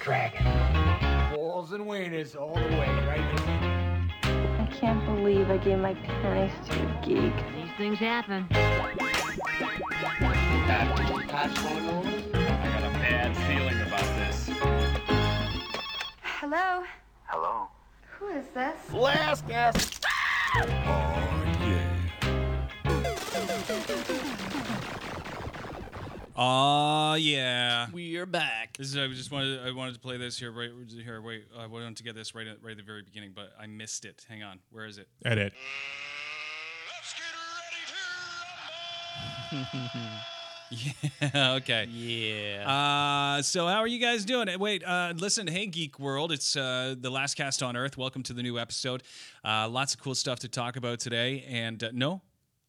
dragon. Balls and wieners all the way, right? I can't believe I gave my panties to a geek. These things happen. I got a bad feeling about this. Hello? Hello? Who is this? Last guess. Aw, yeah. We are back. This is, I just wanted I wanted to play this here right here. Wait, I wanted to get this right at, right at the very beginning, but I missed it. Hang on, where is it? Edit. Yeah, okay. Yeah. Uh, so how are you guys doing? Uh, Wait, uh, listen, hey Geek World, it's uh, the last cast on Earth. Welcome to the new episode. Uh, lots of cool stuff to talk about today. And uh, no,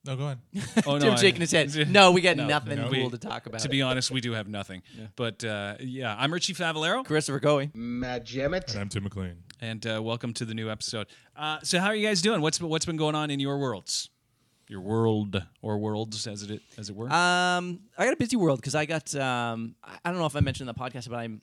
No, go on. oh Tim I- shaking his head. No, we got No, nothing no. cool We- to talk about. To be honest, we do have nothing. But uh, yeah, I'm Richie Favalero, Christopher Coey. Mm. And I'm Tim McLean. and uh, welcome to the new episode. Uh, so how are you guys doing? What's what's been going on in your worlds? Your world or worlds, as it as it were. Um, I got a busy world because I got. Um, I I don't know if I mentioned in the podcast, but I'm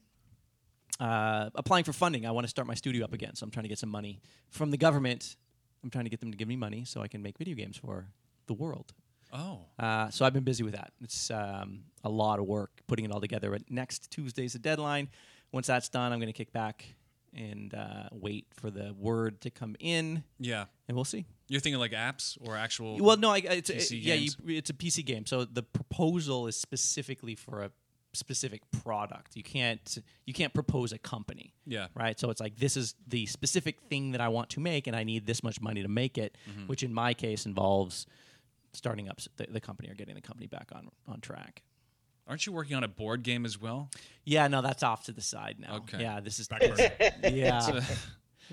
uh, applying for funding. I want to start my studio up again, so I'm trying to get some money from the government. I'm trying to get them to give me money so I can make video games for the world. oh, Uh, so I've been busy with that. It's um, a lot of work putting it all together. But next Tuesday's the deadline. Once that's done, I'm going to kick back and uh, wait for the word to come in, yeah. and we'll see. You're thinking like apps or actual? Well, no, I, it's it- PC yeah, you, games. it's a PC game. So the proposal is specifically for a specific product. You can't you can't propose a company. Yeah. Right. So it's like this is the specific thing that I want to make, and I need this much money to make it, Mm-hmm. which in my case involves starting up s- the, the company or getting the company back on on track. Aren't you working on a board game as well? Yeah. No, that's off to the side now. Okay. Yeah. This is Backwards. yeah. That's, Uh,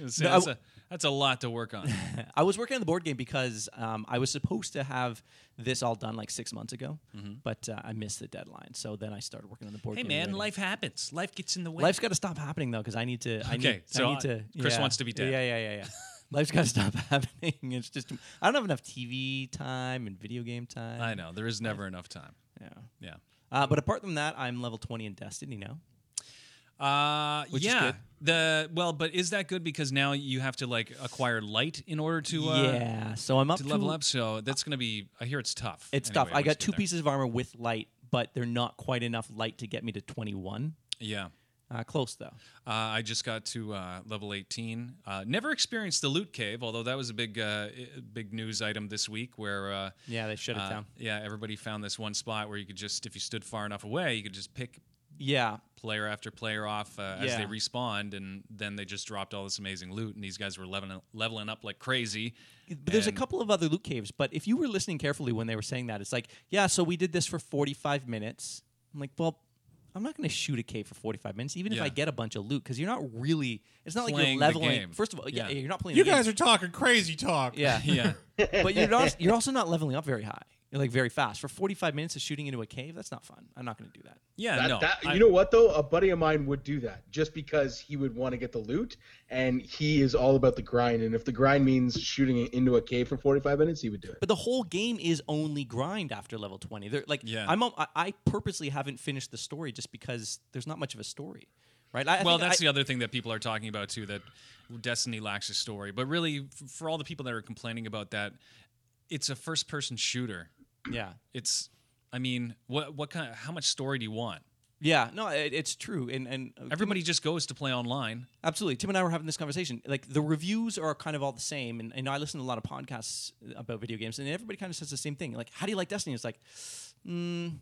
No, I that's w- a that's a lot to work on. I was working on the board game because um, I was supposed to have this all done like six months ago, but uh, I missed the deadline. So then I started working on the board Mm-hmm. hey game. man, already. life happens. Life gets in the way. life's got to stop happening though because I need to. I Okay, need, so I need I- to. Chris yeah. wants to be dead. Yeah, yeah, yeah, yeah. life's got to stop happening. It's just I don't have enough TV time and video game time. I know there is never enough time. Yeah. Yeah. Uh, but apart from that, I'm level twenty in Destiny now. Uh, Which is yeah. good. The well, but is that good because now you have to like acquire light in order to uh, yeah, so I'm up to to level up. So that's gonna be. I hear it's tough. It's Anyway, tough. I once got you two get there. pieces of armor with light, but they're not quite enough light to get me to twenty one. Yeah. Uh, close though. Uh, I just got to uh, level 18. Uh, never experienced the loot cave, although that was a big, uh, i- big news item this week. Where uh, Yeah, they shut it uh, down. Yeah, everybody found this one spot where you could just, if you stood far enough away, you could just pick Yeah, player after player off uh, as they Yeah. respawned, and then they just dropped all this amazing loot, and these guys were leveling leveling up like crazy. But there's a And- couple of other loot caves, but if you were listening carefully when they were saying that, it's like, yeah, so we did this for 45 minutes. I'm like, well, I'm not going to shoot a cave for 45 minutes, even if Yeah. I get a bunch of loot, because you're not really. It's not like Playing you're the leveling. game. First of all, yeah, Yeah. you're not playing. You the game. guys are talking crazy talk. yeah, Yeah, but you're not. You're also not leveling up very high, You're, like very fast. For 45 minutes of shooting into a cave, that's not fun. I'm not going to do that. yeah, That, Uh, no, that, I- you know what though? A buddy of mine would do that just because he would want to get the loot, and he is all about the grind. And if the grind means shooting it into a cave for forty-five minutes, he would do it. But the whole game is only grind after level 20. They're like, Yeah. I'm. I- I purposely haven't finished the story just because there's not much of a story, right? I, I well, think that's I- the other thing that people are talking about too. That Destiny lacks a story, but really, f- for all the people that are complaining about that, it's a first-person shooter. yeah. It's, I mean, what what kind? Of, how much story do you want? Yeah, no, it, it's true, and and uh, Everybody just goes to play online. absolutely. Tim and I were having this conversation. Like the reviews are kind of all the same, and, and I listen to a lot of podcasts about video games, and everybody kind of says the same thing. Like, how do you like Destiny? It's like, mm,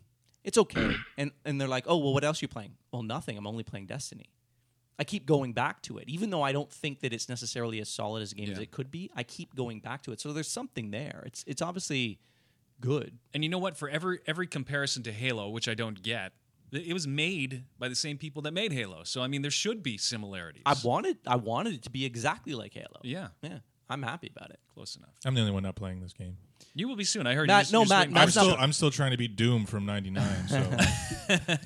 it's okay, and and they're like, oh well, what else are you playing? Well, nothing. I'm only playing Destiny. I keep going back to it, even though I don't think that it's necessarily as solid as a game as Yeah. it could be. I keep going back to it, so there's something there. It's it's obviously good. And you know what? For every every comparison to Halo, which I don't get, th- it was made by the same people that made Halo. So I mean, there should be similarities. I wanted I wanted it to be exactly like Halo. yeah, yeah, I'm happy about it. close enough. I'm the only one not playing this game. You will be soon. I heard. Matt- you just, no, you're just Matt, waiting for I'm Matt's the still, show. I'm still trying to beat Doom from '99, so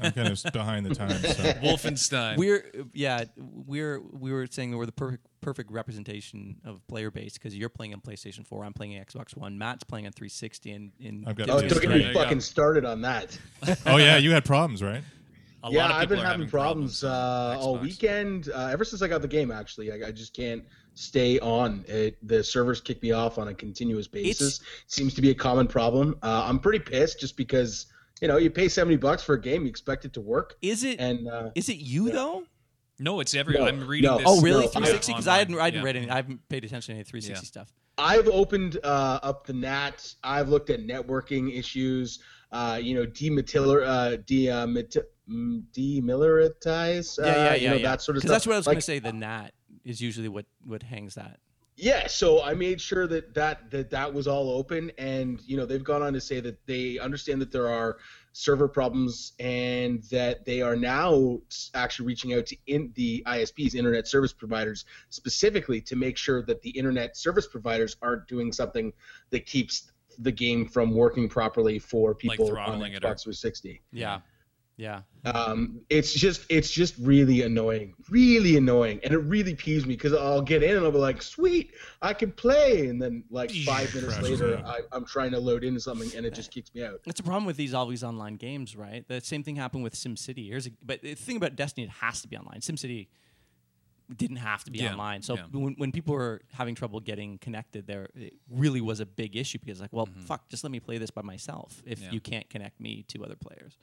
I'm kind of behind the times. So. Wolfenstein. we're yeah we're we were saying that we're the perfect perfect representation of player base because you're playing on PlayStation 4, I'm playing on Xbox One, Matt's playing on 360, and, and I've got Oh, Yeah, don't it's get great. me fucking started on that. Oh yeah, you had problems, right? A yeah, lot of people I've been are having, problems, on uh, all Xbox. weekend. Uh, ever since I got the game, actually, I, I just can't stay on. It, the servers kick me off on a continuous basis. Seems to be a common problem. Uh, I'm pretty pissed just because you know you pay seventy bucks for a game, you expect it to work, Is it? Is and uh, it you though? No, it's every. No, I'm reading no. this. Oh, really? yeah, 360? Because I hadn't, I hadn't online, read any. I haven't paid attention to any 360 stuff. I've opened uh, up the NAT. I've looked at networking issues. Uh, you know, demilitarize, uh, de, uh, mit- mm, demilitarize. Uh, yeah, yeah, yeah, you know, yeah. That sort of 'Cause stuff. that's what I was Like, going to say. The nat is usually what what hangs that. Yeah, so I made sure that that that that was all open, and you know they've gone on to say that they understand that there are server problems, and that they are now actually reaching out to in the ISPs, internet service providers, specifically to make sure that the internet service providers aren't doing something that keeps the game from working properly for people on throttling Xbox it or- 360. Yeah, yeah. Um, it's just it's just really annoying, really annoying, and it really peeves me because I'll get in and I'll be like, "Sweet, I can play," and then like five minutes Crashes later, out. I, I'm trying to load into something and it just kicks me out. That's the problem with these always online games, right? The same thing happened with SimCity. Here's a, but the thing about Destiny, it has to be online. SimCity didn't have to be Yeah, online. So yeah. when, when people were having trouble getting connected, there it really was a big issue because like, well, fuck, just let me play this by myself if you can't connect me to other players.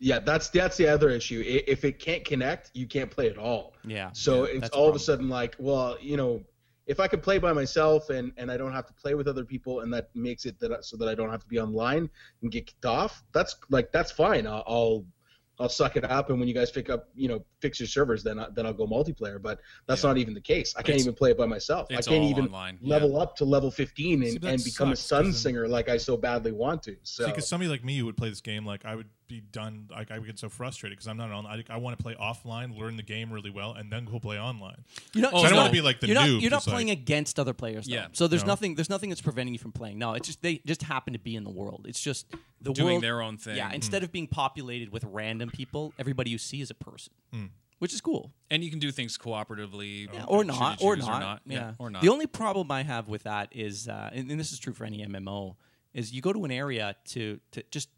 Yeah, that's that's the other issue. I- If it can't connect, you can't play at all. Yeah, So yeah, it's that's a all of a problem. sudden like, well, you know, if I could play by myself and and I don't have to play with other people, and that makes it that I- so that I don't have to be online and get kicked off. That's like that's fine. I'll. I'll I'll suck it up, and when you guys pick up, you know, fix your servers, then I, then I'll go multiplayer. But that's not even the case. I can't It's- even play it by myself. I it's can't all even online, yeah. level up to level 15 See, and, but and that become a sucks, 'cause sun then- singer like I so badly want to. So because somebody like me who would play this game, like I would be done. Like I would get so frustrated because I'm not on. I, I want to play offline, learn the game really well, and then go play online. You're not, Oh, you're I don't not- wanna be like the you're not, noob You're not that's like- playing against other players. Though. Yeah. So there's No. nothing. There's nothing that's preventing you from playing. No, it's just they just happen to be in the world. It's just the Doing world- their own thing. Yeah. Instead of being populated with random people, everybody you see is a person, which is cool. and you can do things cooperatively, Mm. Yeah, uh, or should you not, or choose not, yeah, or not. The only problem I have with that is, uh, and, and this is true for any MMO, is you go to an area to to just,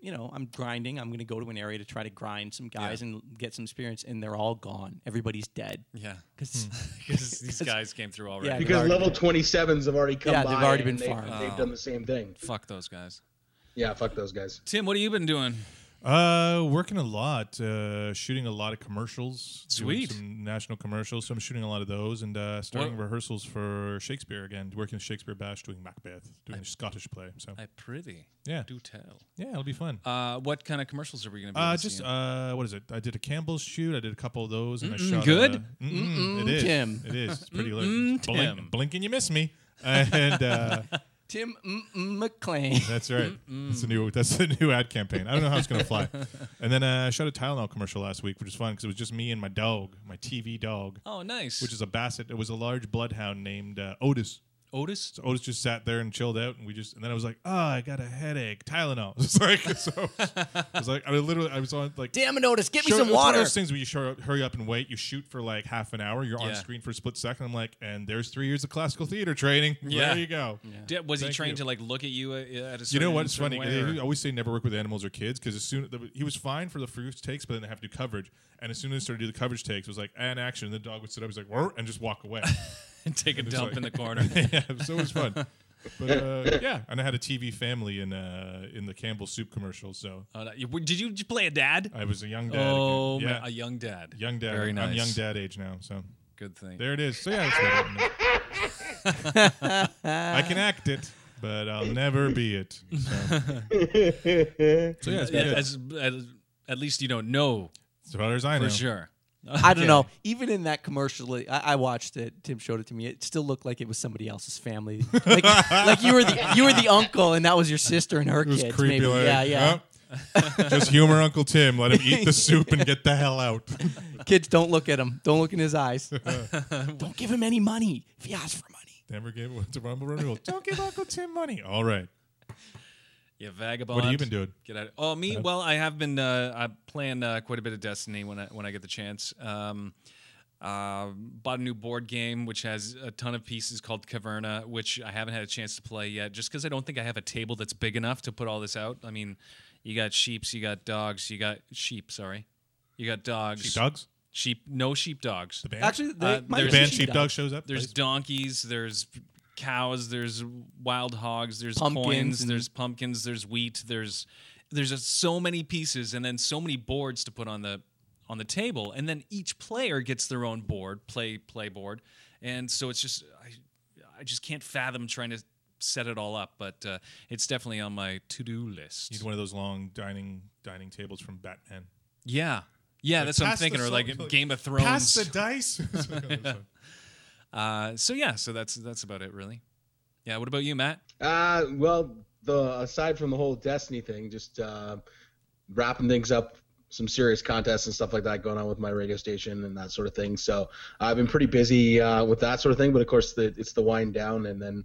you know, I'm grinding. I'm going to go to an area to try to grind some guys and get some experience, and they're all gone. Everybody's dead. yeah, Because because these guys came through already. Yeah, because They've level 27s have already come Yeah, by. they've already and been they've- farmed. They've done the same thing. Fuck those guys. Yeah, fuck those guys. Tim, what have you been doing? Uh, working a lot, uh, shooting a lot of commercials. doing Sweet. some national commercials. So I'm shooting a lot of those and uh, starting What- rehearsals for Shakespeare again. Working Shakespeare Bash, doing Macbeth, doing the Scottish play. So I pretty yeah, do tell. yeah, it'll be fun. Uh, what kind of commercials are we going to be? Uh, able to just see? uh, what is it? I did a Campbell's shoot. I did a couple of those, and I shot. good? A, mm-mm, it is. Tim. It is. It's pretty mm Blink, Tim. blink and you miss me. And uh, Tim M- M- McClain. that's right. That's a new. That's a new ad campaign. I don't know how it's gonna fly. and then uh, I shot a Tylenol commercial last week, which was fun because it was just me and my dog, my TV dog, oh, nice. which is a Basset. It was a large bloodhound named uh, Otis. Otis. So Otis just sat there and chilled out, and we just. And then I was like, "Oh, I got a headache. Tylenol." It's like so. I was like, I was literally, I was on like Damn it, Otis, get me Sure, some it's one of water. those things where you show up, hurry up and wait. You shoot for like half an hour. You're Yeah. on screen for a split second. I'm like, and there's three years of classical theater training. Yeah. There you go. Did, was he Thank trained to you. like look at you uh, at a certain You know what's certain funny? way, or- They always say never work with animals or kids because as soon he was fine for the first takes, but then they have to do coverage. And as soon as they started to do the coverage takes, it was like an action. The dog would sit up, he's like, "Whir," and just walk away. take a It's dump like- in the corner. yeah, so it was fun. But uh, yeah, and I had a TV family in uh, in the Campbell soup commercial, so Oh, no. You- Did you did you play a dad? I was a young dad. again. oh, yeah, man, a young dad. young dad. Very nice. I'm young dad age now, so Good thing. There it is. So yeah, that's what happened. I can act it, but I'll never be it. So, So, yeah, it's been good. As, as- at least you don't know as far as I for know. sure. I don't know. Even in that commercial, I, I watched it. Tim showed it to me. It still looked like it was somebody else's family. Like, like you were the you were the uncle, and that was your sister and her It was kids. creepy. maybe. like, yeah, yeah. "Oh, just humor Uncle Tim. Let him eat the soup and get the hell out. Kids, don't look at him. Don't look in his eyes. don't give him any money if he asks for money. Never give it to Rumble Renewal. Don't give Uncle Tim money. All right. Yeah, vagabond. What have you been doing? Get out. Oh, me. Well, I have been. Uh, I playing uh, quite a bit of Destiny when I when I get the chance. Um, uh, bought a new board game which has a ton of pieces called Caverna, which I haven't had a chance to play yet, just because I don't think I have a table that's big enough to put all this out. I mean, you got sheeps, you got dogs, you got sheep. Sorry, You got dogs. Sheepdogs? Sheep. No sheepdogs. The band? Actually, they Uh, might the there's- be band sheepdog. Sheepdog shows up. There's plays- donkeys. There's cows. There's wild hogs. There's Pumpkins coins. and- There's pumpkins. There's wheat. There's there's just so many pieces, and then so many boards to put on the on the table, and then each player gets their own board, play play board, and so it's just I I just can't fathom trying to set it all up, but uh, it's definitely on my to do list. He's one of those long dining dining tables from Batman. Yeah. Yeah, that's what I'm Pass the thinking. Or salt- like Game of Thrones. Pass the dice. It's like, oh, that's fun. uh, so yeah, so that's that's about it really. Yeah, what about you, Matt? Uh, well, the aside from the whole Destiny thing, just uh, wrapping things up, some serious contests and stuff like that going on with my radio station and that sort of thing. So I've been pretty busy uh, with that sort of thing, but of course the, it's the wind down. And then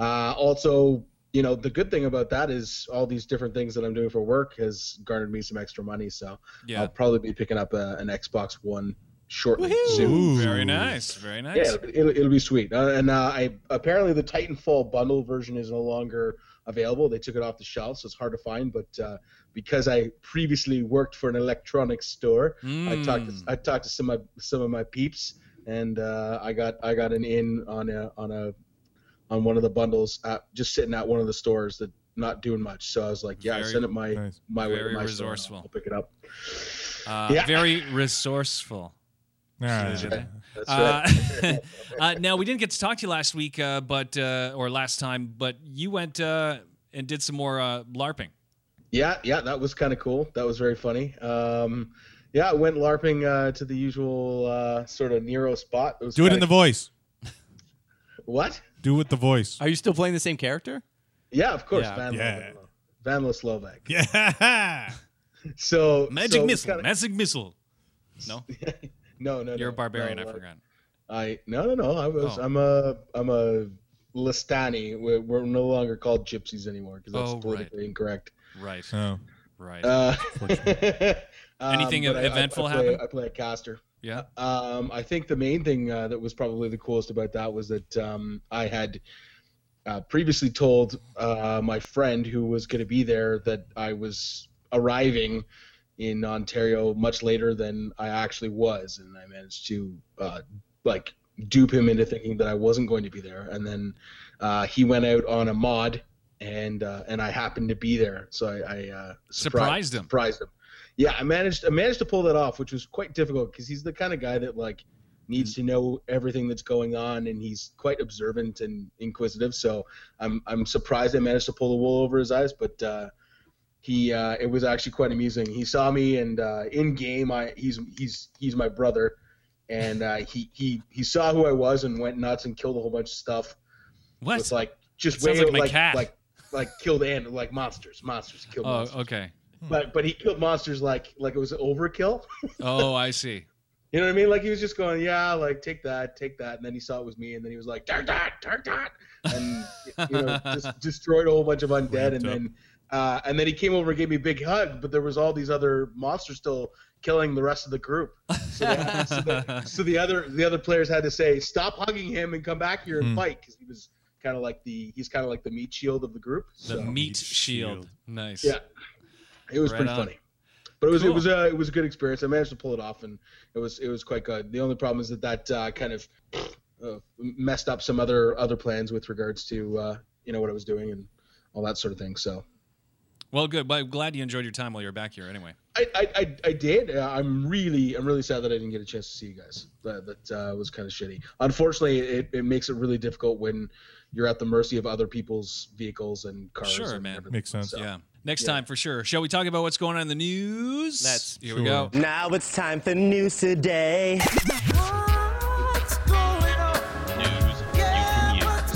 uh, also, you know, the good thing about that is all these different things that I'm doing for work has garnered me some extra money. So Yeah. I'll probably be picking up a, an Xbox One shortly. soon. Ooh. Very nice. Very Yeah, nice. it'll, it'll, it'll be sweet. Uh, and uh, I apparently the Titanfall bundle version is no longer available. They took it off the shelf, so it's hard to find. But uh, because I previously worked for an electronics store, I talked to, Mm. I talked to some of some of my peeps, and uh, I got I got an in on a on a on one of the bundles, at, just sitting at one of the stores that not doing much. So I was like, yeah, Very send it my nice. my way. to very my store. resourceful. I'll pick it up. Uh, Yeah. very resourceful. All right. Should I do that? That's Uh, right. uh, now we didn't get to talk to you last week, uh, but uh, or last time, but you went uh, and did some more uh, LARPing. Yeah, yeah, that was kind of cool. That was very funny. Um, yeah, I went LARPing uh, to the usual uh, sort of Nero spot. was Do it in the kinda- voice. what? Do it with the voice. Are you still playing the same character? Yeah, of course, Yeah. Van, Yeah. Van Slovak. Yeah. So Magic so it was missile. kinda- Magic missile. No, no, no, you're a no, barbarian. no, I uh, forgot. I no, no, no. I was. Oh. I'm a. I'm a Listani. We're, we're no longer called gypsies anymore because that's Oh, right. politically incorrect. Right. Oh. Right. Uh, um, Anything but I- I- eventful I, play- happen? I play a caster. yeah. Um, I think the main thing uh, that was probably the coolest about that was that um, I had uh, previously told uh, my friend who was going to be there that I was arriving in Ontario much later than I actually was, and I managed to uh, like dupe him into thinking that I wasn't going to be there, and then uh, he went out on a mod. And uh, and I happened to be there, so I, I uh, Surprised him. Surprised him. Yeah, I managed I managed to pull that off, which was quite difficult because he's the kind of guy that like Mm. needs to know everything that's going on, and he's quite observant and inquisitive. So I'm I'm surprised I managed to pull the wool over his eyes, but uh, he uh, it was actually quite amusing. He saw me, and uh, in game, I he's he's he's my brother, and uh, he he he saw who I was and went nuts and killed a whole bunch of stuff. What? With, like just Sounds way like out- my like, cat. like like killed and like monsters, monsters killed oh, monsters okay. but but he killed monsters like like it was overkill. Oh, I see. You know what I mean? Like he was just going, yeah, like take that, take that, and then he saw it was me, and then he was like, dark that, dark that, and you know, just destroyed a whole bunch of undead, Ramped and up. then uh, and then he came over and gave me a big hug, but there was all these other monsters still killing the rest of the group. So, they- so, the, so the other the other players had to say, stop hugging him and come back here and Hmm. fight because he was kind of like the he's kind of like the meat shield of the group. The so. meat meat shield. shield. Nice. Yeah, it was Right pretty on. funny. But it was Cool. it was a it was a good experience. I managed to pull it off, and it was it was quite good. The only problem is that that uh, kind of uh, messed up some other other plans with regards to uh, you know what I was doing and all that sort of thing. So Well, good. Well, I'm glad you enjoyed your time while you're back here. Anyway. I I, I, I did. Uh, I'm really I'm really sad that I didn't get a chance to see you guys. That that uh, was kind of shitty. Unfortunately, it, it makes it really difficult when you're at the mercy of other people's vehicles and cars. Sure, and man. everything. Makes sense. So- Yeah. Next time for sure. Shall we talk about what's going on in the news? Let's. Here we go. Now it's time for news today. News you can use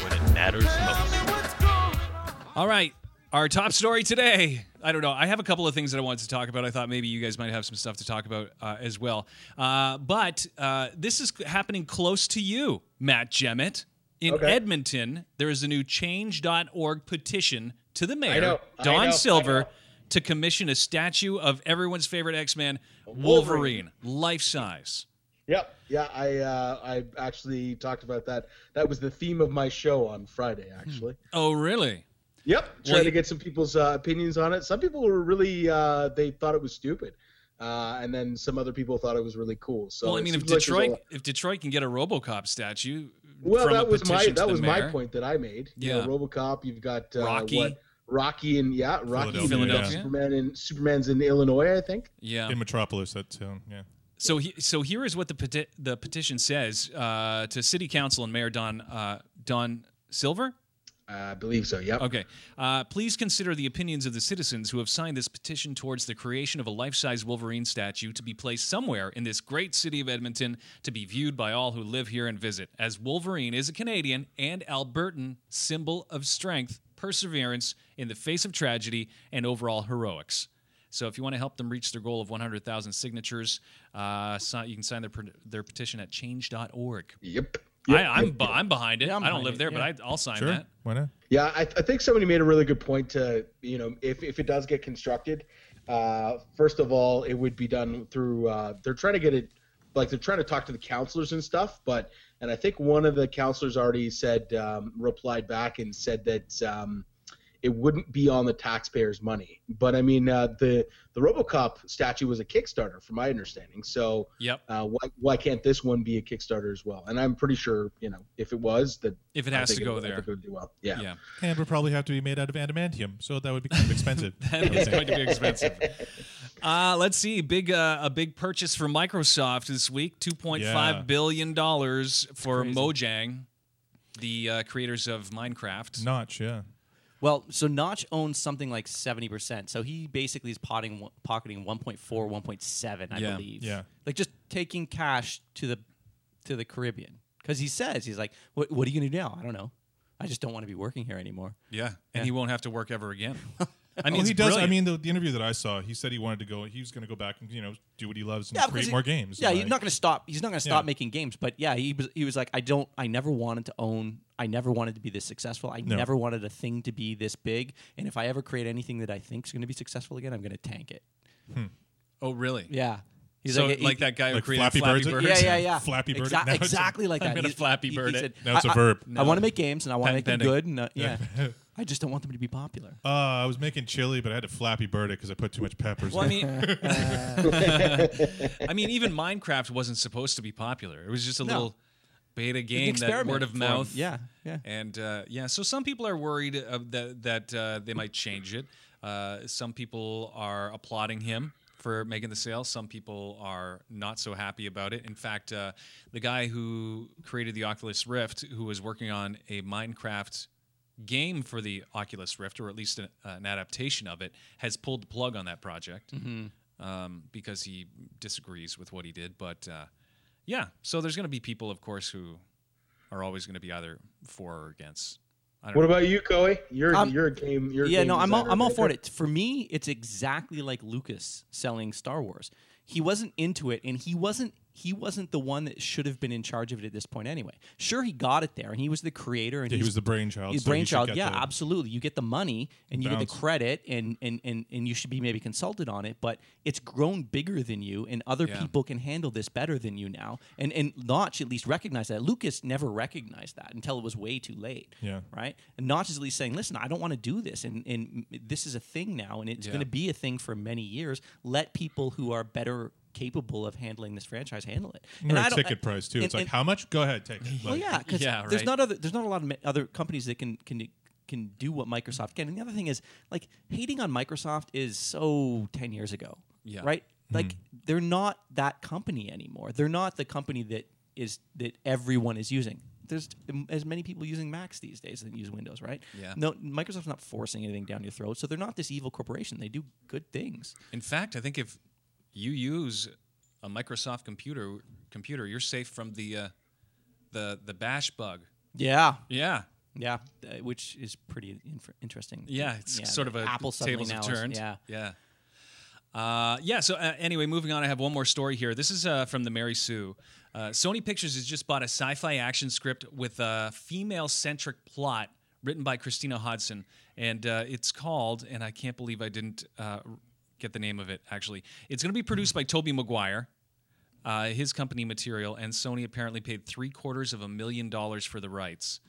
when it matters most. All right. Our top story today. I don't know. I have a couple of things that I wanted to talk about. I thought maybe you guys might have some stuff to talk about uh, as well. Uh, but uh, this is happening close to you, Matt Gemmett. In Okay. Edmonton, there is a new change.org petition to the mayor, know, I Don know, I Silver, know. to commission a statue of everyone's favorite X Man, Wolverine, Wolverine. life size. Yep. Yeah, I uh, I actually talked about that. That was the theme of my show on Friday, actually. Oh, really? Yep. Trying you- to get some people's uh, opinions on it. Some people were really uh, they thought it was stupid. Uh, and then some other people thought it was really cool. So well, I it mean, if seems like there's a Detroit lot- if Detroit can get a RoboCop statue, well, from a that was my petition to that the was my mayor, point that I made. You Yeah. know, RoboCop. You've got uh, Rocky. what? Rocky and yeah, Rocky, and Philadelphia. Superman and Superman's in Illinois, I think. Yeah. in Metropolis, that town. Yeah. So he, so here is what the peti- the petition says uh, to City Council and Mayor Don uh, Don Silver. I believe so. Yep. Okay. Uh, please consider the opinions of the citizens who have signed this petition towards the creation of a life size Wolverine statue to be placed somewhere in this great city of Edmonton to be viewed by all who live here and visit, as Wolverine is a Canadian and Albertan symbol of strength, perseverance in the face of tragedy, and overall heroics. So if you want to help them reach their goal of 100,000 signatures, uh, si- you can sign their, per- their petition at change.org. Yep. I, I'm, be- I'm behind it. Yeah, I'm I don't behind live it, there, yeah. but I, I'll sign Sure. that. Why not? Yeah, I, I think somebody made a really good point to you know if if it does get constructed, uh, first of all, it would be done through. Uh, they're trying to get it, like they're trying to talk to the counselors and stuff. But and I think one of the counselors already said um, replied back and said that. Um, it wouldn't be on the taxpayers' money, but I mean, uh, the the RoboCop statue was a Kickstarter, from my understanding. So Yep. uh, why why can't this one be a Kickstarter as well? And I'm pretty sure, you know, if it was, that If it I has think to go would- I there. think it would do well. yeah. And would probably have to be made out of adamantium, so that would be kind of expensive. I would It's say. going to be expensive. Uh, let's see, big uh, a big purchase from Microsoft this week, two point Yeah. five billion dollars for crazy. Mojang, the uh, creators of Minecraft. Notch, yeah. Well, so Notch owns something like 70%. So he basically is potting, one- pocketing 1.4, 1.7, I Yeah, believe. yeah. Like just taking cash to the to the Caribbean. Because he says, he's like, what, what are you going to do now? I don't know. I just don't want to be working here anymore. Yeah, and he won't have to work ever again. I mean, Well, it's he does. I brilliant. mean, the, the interview that I saw, he said he wanted to go. He was going to go back and you know do what he loves and Yeah, because create he- more games. Yeah, And, he's like, not going to stop. He's not going to stop Yeah. making games. But yeah, he was. He was like, I don't. I never wanted to own. I never wanted to be this successful. I No. never wanted a thing to be this big. And if I ever create anything that I think is going to be successful again, I'm going to tank it. oh really? Yeah. He's so like, e- he- that guy who Like created Flappy Flappy, Bird. Birds? Yeah, yeah, yeah. Flappy Bird it. Exact- Now it's a- exactly like I that. made a He's- Flappy he- Bird he it. said, Now it's I- a I- verb. I want to make games and I want to make them Pen pending. good. And uh, yeah, I just don't want them to be popular. Uh, I was making chili, but I had to Flappy Bird it because I put too much peppers. Well, I in. mean, I mean, even Minecraft wasn't supposed to be popular. It was just a No. little beta An game that experiment word of for him. mouth. Yeah, yeah. And uh, yeah, so some people are worried of that that uh, they might change it. Uh, some people are applauding him for making the sale. Some people are not so happy about it. In fact, uh, the guy who created the Oculus Rift, who was working on a Minecraft game for the Oculus Rift, or at least an, an adaptation of it, has pulled the plug on that project Mm-hmm. um, because he disagrees with what he did. But uh, yeah, so there's going to be people, of course, who are always going to be either for or against. I don't What know. about you, Coey? You're Um, you're a game. You're a yeah, game no, I'm all, designer, I'm all right? for it. For me, it's exactly like Lucas selling Star Wars. He wasn't into it, and he wasn't he wasn't the one that should have been in charge of it at this point anyway. Sure, he got it there, and he was the creator, and Yeah, he he's- was the brainchild. Your so he should brainchild, get yeah, the- absolutely. You get the money and you get bounce. the credit, and, and and and you should be maybe consulted on it. But it's grown bigger than you, and other Yeah. people can handle this better than you now. And and Notch at least recognized that. Lucas never recognized that until it was way too late. Yeah. right. And Notch is at least saying, "Listen, I don't want to do this, and and m- this is a thing now, and it's Yeah. going to be a thing for many years. Let people who are better." Capable of handling this franchise, handle it. Or a I don't- ticket price too. and- it's like and- how much? Go ahead, take it. well, Like, yeah, 'cause Yeah, there's right. not other there's not a lot of ma- other companies that can can can do what Microsoft can. And the other thing is like hating on Microsoft is so ten years ago, Yeah. right? Like they're not that company anymore. They're not the company that is that everyone is using. There's m- as many people using Macs these days than use Windows, right? Yeah. No, Microsoft's not forcing anything down your throat, so they're not this evil corporation. They do good things. In fact, I think if you use a Microsoft computer, computer, you're safe from the uh, the the bash bug. Yeah, Yeah, yeah, uh, which is pretty inf- interesting. yeah, it's sort of a Apple suddenly tables have now is- turned. Yeah, yeah. Uh, yeah, so uh, anyway, moving on, I have one more story here. This is uh, from the Mary Sue. Uh, Sony Pictures has just bought a sci fi action script with a female centric plot written by Christina Hodson. And uh, it's called, and I can't believe I didn't uh, get the name of it actually. It's going to be produced by Toby Maguire, uh, his company material, and Sony apparently paid three quarters of a million dollars for the rights.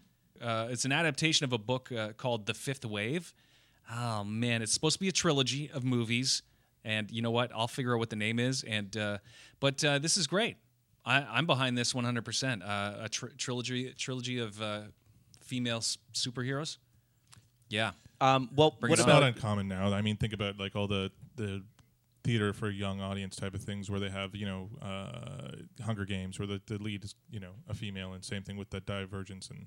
Uh, it's an adaptation of a book uh, called The Fifth Wave. Oh man, it's supposed to be a trilogy of movies, And you know what? I'll figure out what the name is. And uh, but uh, this is great. I, I'm behind this 100. percent uh, A tr- trilogy trilogy of uh, female s- superheroes. Yeah, Um, well, Bring what it It's on. about not uncommon now. I mean, think about like all the the theater for young audience type of things where they have you know uh, Hunger Games where the, the lead is you know a female and same thing with the Divergence and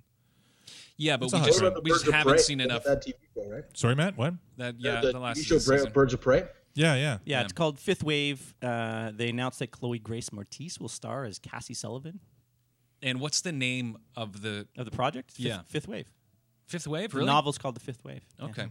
yeah, but It's we a hot just, show. the we just Birds of haven't Prey? seen That's enough. That TV show, right? sorry Matt what That yeah, the, the last TV show Bra- season. Birds of Prey. yeah yeah Yeah, Yeah. it's called Fifth Wave. Uh, they announced that Chloe Grace Moretz will star as Cassie Sullivan And what's the name of the of the project. Fifth, Yeah. Fifth Wave. Fifth Wave? The Really? novel's called The Fifth Wave. Yeah. Okay.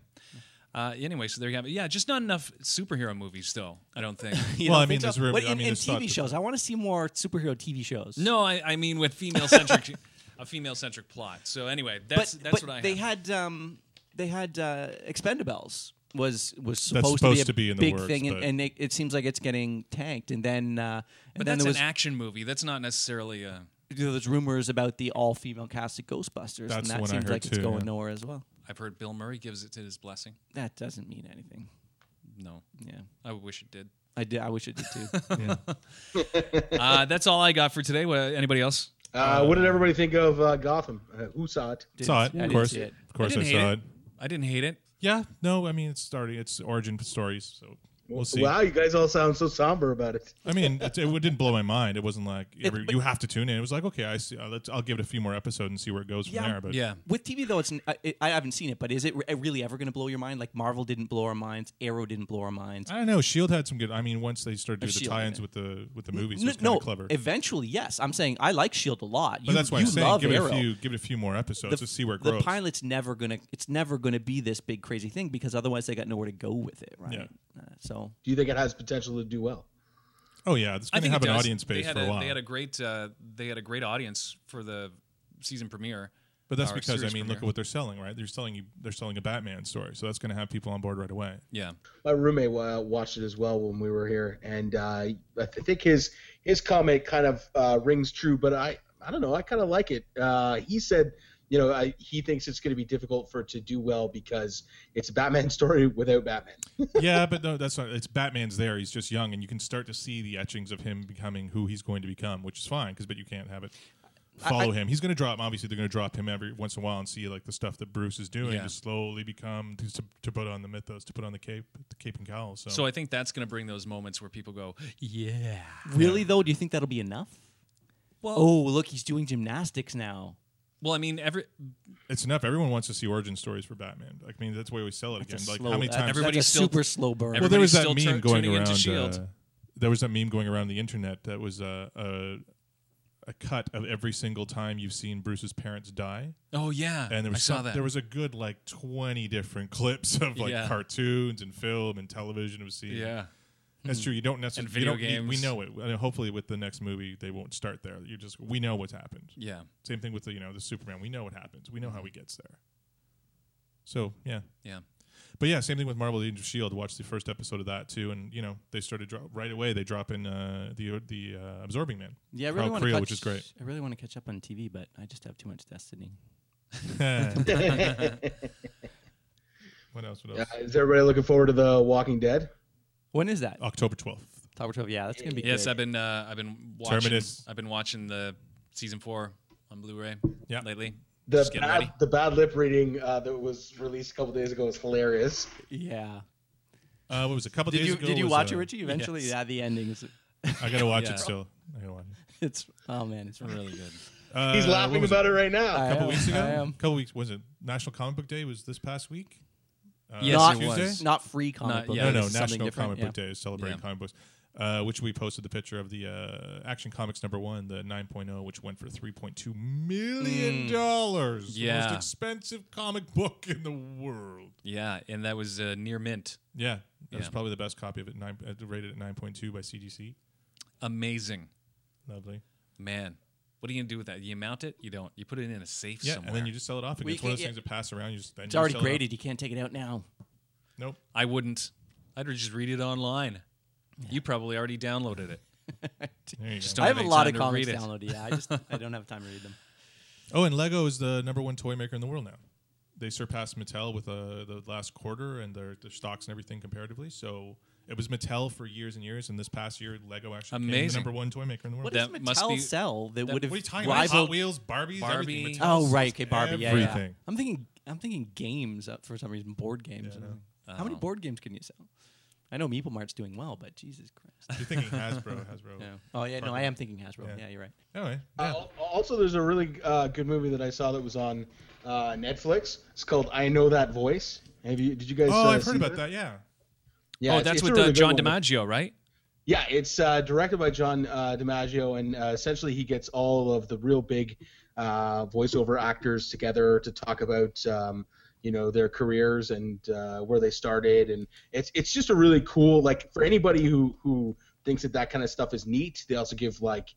Uh, anyway, so there you have it. Yeah, just not enough superhero movies, though. I don't think. You Well, don't I mean, think there's really- What- I and- mean, and there's not- TV shows. I want to see more superhero TV shows. no, I, I mean with female centric, a female centric plot. So anyway, that's but, that's but what I. they have. had um, they had uh, Expendables was was That's supposed, supposed to, be a to be in the big works, thing, and, but- and it, it seems like it's getting tanked. And then uh, and But then that's there was an action movie. That's not necessarily uh, a. there was rumors about the all female cast of Ghostbusters, That's and the that one I seems heard like it's too, going yeah. nowhere as well. I've heard Bill Murray gives it to his blessing. That doesn't mean anything. No, Yeah, I wish it did. I did. I wish it did too. Uh, that's all I got for today. Wha- Anybody else? Uh, what did everybody think of uh, Gotham? Uh, who saw it? saw it I of didn't course see it. of course I, didn't hate saw it. I didn't hate it. yeah no I mean it's starting it's origin stories so we'll see Wow, you guys all sound so somber about it. I mean it, it didn't blow my mind it wasn't like every, but- you have to tune in it was like okay I see uh, let's I'll give it a few more episodes and see where it goes from there but Yeah. With TV though, it's n- I, I haven't seen it, but is it re- really ever going to blow your mind? Like Marvel didn't blow our minds, Arrow didn't blow our minds. I don't know. Shield had some good. I mean, once they started doing the S.H.I.E.L.D., tie-ins yeah. with the with the movies, it no, was kind no, of clever. eventually, yes. I'm saying I like Shield a lot. But you, that's why you I'm saying love give Arrow. it a few give it a few more episodes to see where it the grows. pilot's never gonna. It's never gonna be this big crazy thing because otherwise they got nowhere to go with it, right? Yeah. Uh, so Do you think it has potential to do well? oh yeah, it's I going think to have it an does. audience They base had for a, a, while. They had a great. Uh, they had a great audience for the season premiere. but that's or because I series mean, look at premiere. what they're selling, right? They're selling you. They're selling a Batman story, so that's going to have people on board right away. Yeah. My roommate uh, watched it as well when we were here, and uh, I th- think his his comment kind of uh, rings true. But I I don't know. I kind of like it. Uh, he said, you know, I, he thinks it's going to be difficult for it to do well because it's a Batman story without Batman. yeah, but no, that's not. It's Batman's there. He's just young, and you can start to see the etchings of him becoming who he's going to become, which is fine because but you can't have it follow him. He's going to drop. Obviously, they're going to drop him every once in a while and see like the stuff that Bruce is doing Yeah. to slowly become to, to put on the mythos, to put on the cape, the cape and cowl. So, So I think that's going to bring those moments where people go, "Yeah." really though, do you think that'll be enough? oh, look, he's doing gymnastics now. Well, I mean, every it's enough. Everyone wants to see origin stories for Batman. Like, I mean, that's why we sell it It's again. a Like slow, how many that- times? Everybody's that's a still- super slow burn. well, there was that everybody's meme still tur- going tuning around. into S.H.I.E.L.D.. uh, there was that meme going around the internet that was a. Uh, uh, a cut of every single time you've seen Bruce's parents die. oh yeah, and there I was saw some- that. there was a good like 20 different clips of like Yeah. cartoons and film and television it was seen yeah. that's true you don't necessarily video we games. know it and hopefully with the next movie they won't start there you just we know what's happened Yeah. same thing with the you know the superman we know what happens we know Mm-hmm. how he gets there so yeah Yeah. but yeah same thing with marvel Agents of shield E watch the first episode of that too and you know they started drop right away they drop in uh the the uh, absorbing man Yeah, I really Carl want to Creel, catch, which is great I really want to catch up on TV, but I just have too much Destiny. what else what Uh, else is everybody looking forward to the Walking Dead? When is that? october 12th Tower Twelve. Yeah, that's gonna be. Yes, great. I've been uh, I've been watching Terminus. I've been watching the season four on Blu-ray Yeah. lately. The Just getting ready. bad, the bad lip reading uh, that was released a couple days ago was hilarious. Yeah. uh, what was it, a couple Did days you ago did you was, watch uh, it, Richie? Eventually, yes. yeah. The ending is. I gotta watch Yeah. it still. I gotta watch it. It's oh man, it's really. Really good. Uh, He's laughing about it right now. A couple weeks ago. I am. couple weeks was it? National Comic Book Day was this past week. Uh, Yes, not, it was. Tuesday? not free comic Not- book. yeah, no, Day, no, it's something National different, Comic yeah. Book Day is celebrating Yeah. comic books, uh, which we posted the picture of the uh, Action Comics number one, the 9.0, which went for 3.2 Mm. million dollars. the Yeah. most expensive comic book in the world. Yeah, and that was uh, near mint. Yeah, that's Yeah. probably the best copy of it. Nine, uh, rated at 9.2 by CGC. Amazing, Lovely. man. What are you gonna do with that? You mount it? You don't. You put it in a safe Yeah, somewhere. and then you just sell it off. again. you it's one of can't get- those things that pass around. You just then It's you already sell it off. graded. You can't take it out now. Nope. I wouldn't. I'd just read it online. You probably already downloaded it. There you go. I have Don't a have any lot time of to comics read it. downloaded. Yeah, I just I don't have time to read them. Oh, and Lego is the number one toy maker in the world now. They surpassed Mattel with uh, the last quarter and their, their stocks and everything comparatively. So It was Mattel for years and years, and this past year, Lego actually became the Amazing. number one toy maker in the world. What That does Mattel must be- sell that, would have What are you talking about? Hot rivaled? Wheels, Barbies, Barbie. everything. Oh Mattel right, sells okay, Barbie. Yeah, yeah. everything. I'm thinking, I'm thinking games uh, for some reason, board games. or something. How Um, Uh-huh. many board games can you sell? I know Meeple Mart's doing well, but Jesus Christ. You're thinking Hasbro, Hasbro. Yeah. Oh yeah, no, I am thinking Hasbro. Yeah, you're right. Anyway, yeah. Al Uh, Also, there's a really uh, good movie that I saw that was on uh, Netflix. It's called I Know That Voice. Have you? Did you guys? oh, uh, I've heard see about that. Yeah, Yeah, Oh, it's- that's it's a with really uh, good John one. DiMaggio, right? Yeah, it's uh, directed by John uh, DiMaggio, and uh, essentially he gets all of the real big uh, voiceover actors together to talk about um, you know their careers and uh, where they started, and it's it's just a really cool like for anybody who who thinks that that kind of stuff is neat. They also give like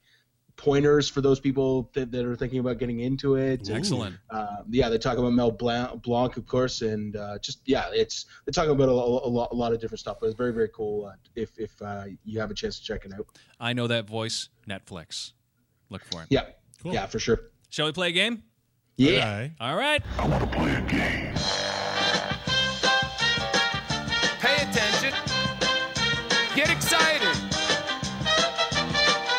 pointers for those people that, that are thinking about getting into it. and, Excellent. uh, yeah, they talk about Mel Blanc, Blanc of course, and uh, just yeah, it's they talk about a, lo- a, lot, a lot of different stuff, but it's very very cool. Uh, if if uh, you have a chance to check it out, I know that voice. Netflix. Look for him. yeah, Cool. yeah, for sure. Shall we play a game? Yeah, Aye. All right. Pay attention. Get excited.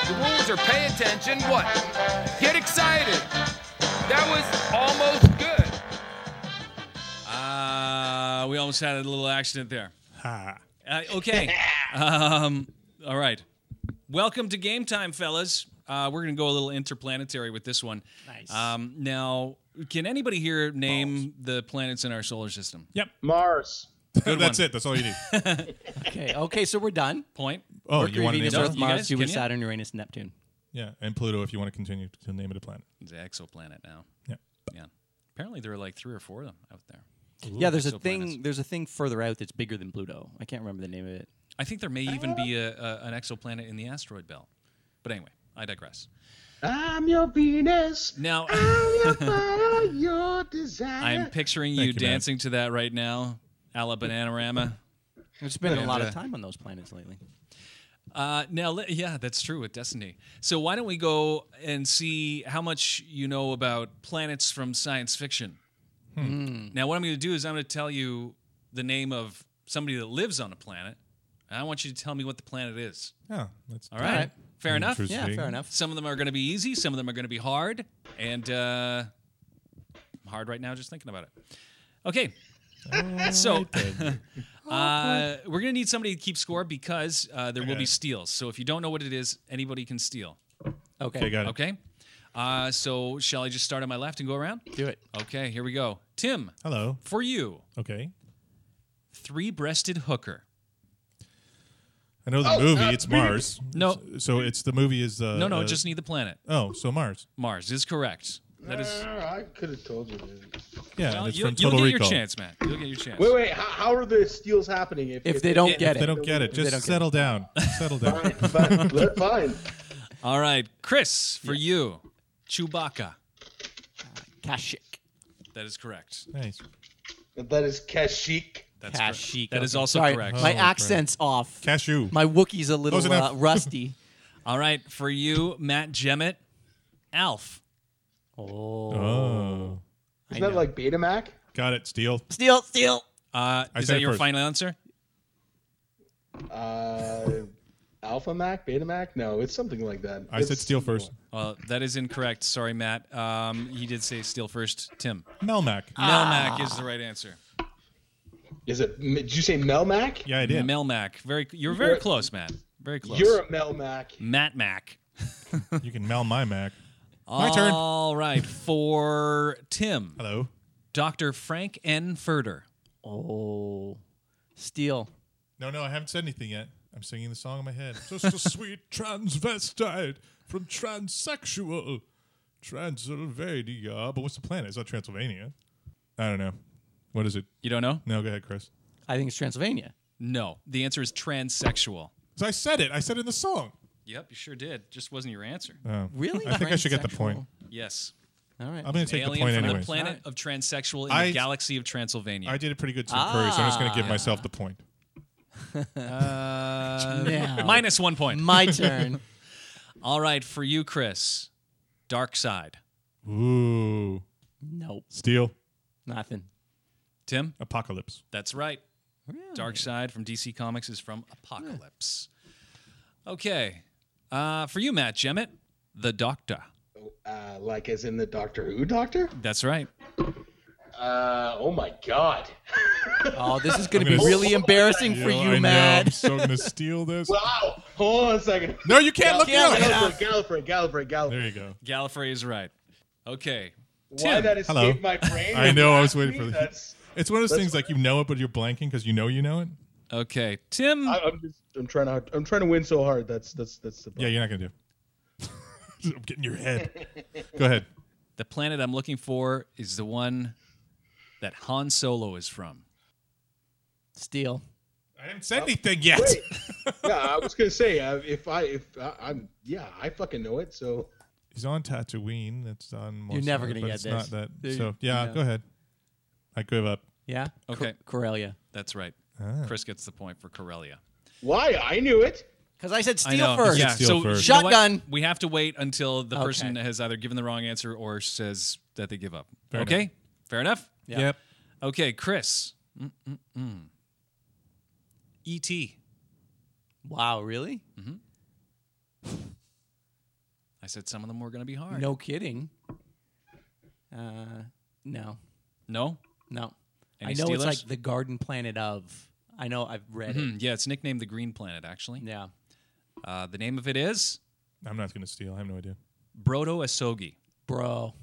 The rules are pay attention. What? Get excited. That was almost good. Uh, we almost had a little accident there. Ha. Uh, okay. um, all right. Welcome to game time, fellas. Uh, we're going to go a little interplanetary with this one. Nice. Um, now, can anybody here name the planets in our solar system? Yep. Mars. That's one. it. That's all you need. Okay, okay, so we're done. Point. Oh, you Mercury, want to name Venus, it it? off? Earth, You Mars, guys, Jupiter, can you? Saturn, Uranus, Neptune. Yeah, and Pluto if you want to continue to name it a planet. It's an exoplanet now. Yeah. Yeah. Apparently, there are like three or four of them out there. yeah, there's a exoplanets. thing. There's a thing further out that's bigger than Pluto. I can't remember the name of it. I think there may even be a, a, an exoplanet in the asteroid belt. But anyway, I digress. I'm your Venus. Now, I'm your fire, your desire. I'm picturing you, Thank you, man. dancing to that right now, a la Bananarama. It's been a lot uh, of time on those planets lately. Uh, now, let- yeah, that's true with Destiny. So why don't we go and see how much you know about planets from science fiction? Now, what I'm going to do is I'm going to tell you the name of somebody that lives on a planet, and I want you to tell me what the planet is. Yeah, that's All right, right. fair enough. Interesting. Yeah, fair enough. Some of them are going to be easy, some of them are going to be hard, and uh, I'm hard right now just thinking about it. Okay. So, uh, we're going to need somebody to keep score because uh, there will Okay. be steals. So, if you don't know what it is, anybody can steal. Okay, Okay, got it. Okay? Uh, so, shall I just start on my left and go around? do it. Okay, here we go. Tim, Hello. for you, Okay. three breasted hooker. I know the movie. It's Mars. No. So- So it's the movie is uh, No, no, uh, just need the planet. oh, so Mars. Mars is correct. That is. I could have told you. Dude. Yeah, Well, and it's you'll, from you'll Total get Recall. your chance, Matt. You'll get your chance. Wait, wait. How, how are the steals happening? If they don't get They it, don't get it. they Just don't get settle down. Settle down. fine, fine, fine. All right, Chris, for you, Chewbacca. Kashik. That is correct. nice. That is Kashik. That's Kashyyyyk. correct. That is also Sorry, correct. My Oh, accent's off. Cashew. My Wookiee's a Close little enough. uh, rusty. All right, for you, Matt Gemmett, Alf. Oh. oh, Isn't that like Betamac? got it. Steel. Steal, steal. Uh, I is said that it your first. final answer? Uh, Alpha Mac, Beta Mac? No, it's something like that. I said steel first. Well, that is incorrect. Sorry, Matt. Um, he did say steal first. Tim. Melmac. Ah. Ah. Melmac is the right answer. Is it? Did you say Mel Mac? Yeah, I did. Melmac. Very. You're very You're- close, Matt. Very close. You're a Mel Mac. Matt Mac. you can mel my Mac. Ah. My turn. All right, for Tim, Hello. Dr. Frank N. Furter. Oh. Steal. No, no, I haven't said anything yet. I'm singing the song in my head. Just a sweet transvestite from transsexual Transylvania. But what's the planet? It's not Transylvania. I don't know. What is it? You don't know? No, go ahead, Chris. I think it's Transylvania. No. The answer is transsexual. 'Cause I said it. I said it in the song. Yep, you sure did. Just wasn't your answer. Oh. Really? I think I should get the Transsexual. point. Yes. All right. I'm going to take the Alien point from anyway. the planet of transsexual in I- the galaxy of Transylvania. I did a pretty good to Curry, so I'm just going to Ah. give myself the point. Now, Uh, Minus one point. my turn. All right, for you, Chris. Dark side. Ooh. Nope. Steel. Nothing. Tim, Apocalypse. that's right. Dark Side from DC Comics is from Apocalypse. Okay. Uh, for you, Matt Gemmett, The Doctor. Uh, like as in the Doctor Who Doctor? That's right. Uh, oh my God. Oh, this is going to I'm be gonna really embarrassing for Yeah, you, I know. I'm Matt. so gonna steal this. Wow. Hold on a second. No, you can't look Gallagher. it up. Gallifrey, Gallifrey, Gallifrey, Gallifrey. There you go. Gallifrey is right. Okay. Why Tim. that escaped Hello. my brain? I know, I was when you waiting for asked me, that. That's, It's one of those things like you know it, but you're blanking because you know you know it. Okay. Tim. I, I'm just, I'm trying to, I'm trying to win so hard. That's, that's, that's the. Yeah, you're not gonna do. it. I'm getting your head. Go ahead. the planet I'm looking for is the one that Han Solo is from. Steal. I haven't said anything yet. Wait. yeah, I was gonna say uh, if I, if I, I'm, yeah, I fucking know it. So He's on Tatooine. That's on. You're never Morsada, gonna but get it's not this. that- There you- So yeah, no. go ahead. I give up. Yeah. Okay. Cor- Corellia. That's right. Chris gets the point for Corellia. why I knew it. Because I said I steal know. first. Yeah. Steal So first. you know what? Shotgun. We have to wait until the Okay. person has either given the wrong answer or says that they give up. Fair okay. enough. Fair enough. Yeah. Yep. Okay, Chris. E Mm-mm-mm. E.T. Wow, really? I said some of them were going to be hard. No kidding. Uh, no, No? no. Any I know it's Steelers? like the garden planet of. I know I've read it. Mm-hmm. Hmm, Yeah, it's nicknamed the Green Planet, actually. Yeah. Uh, the name of it is I'm not gonna steal. I have no idea. Brodo Asogi. Bro.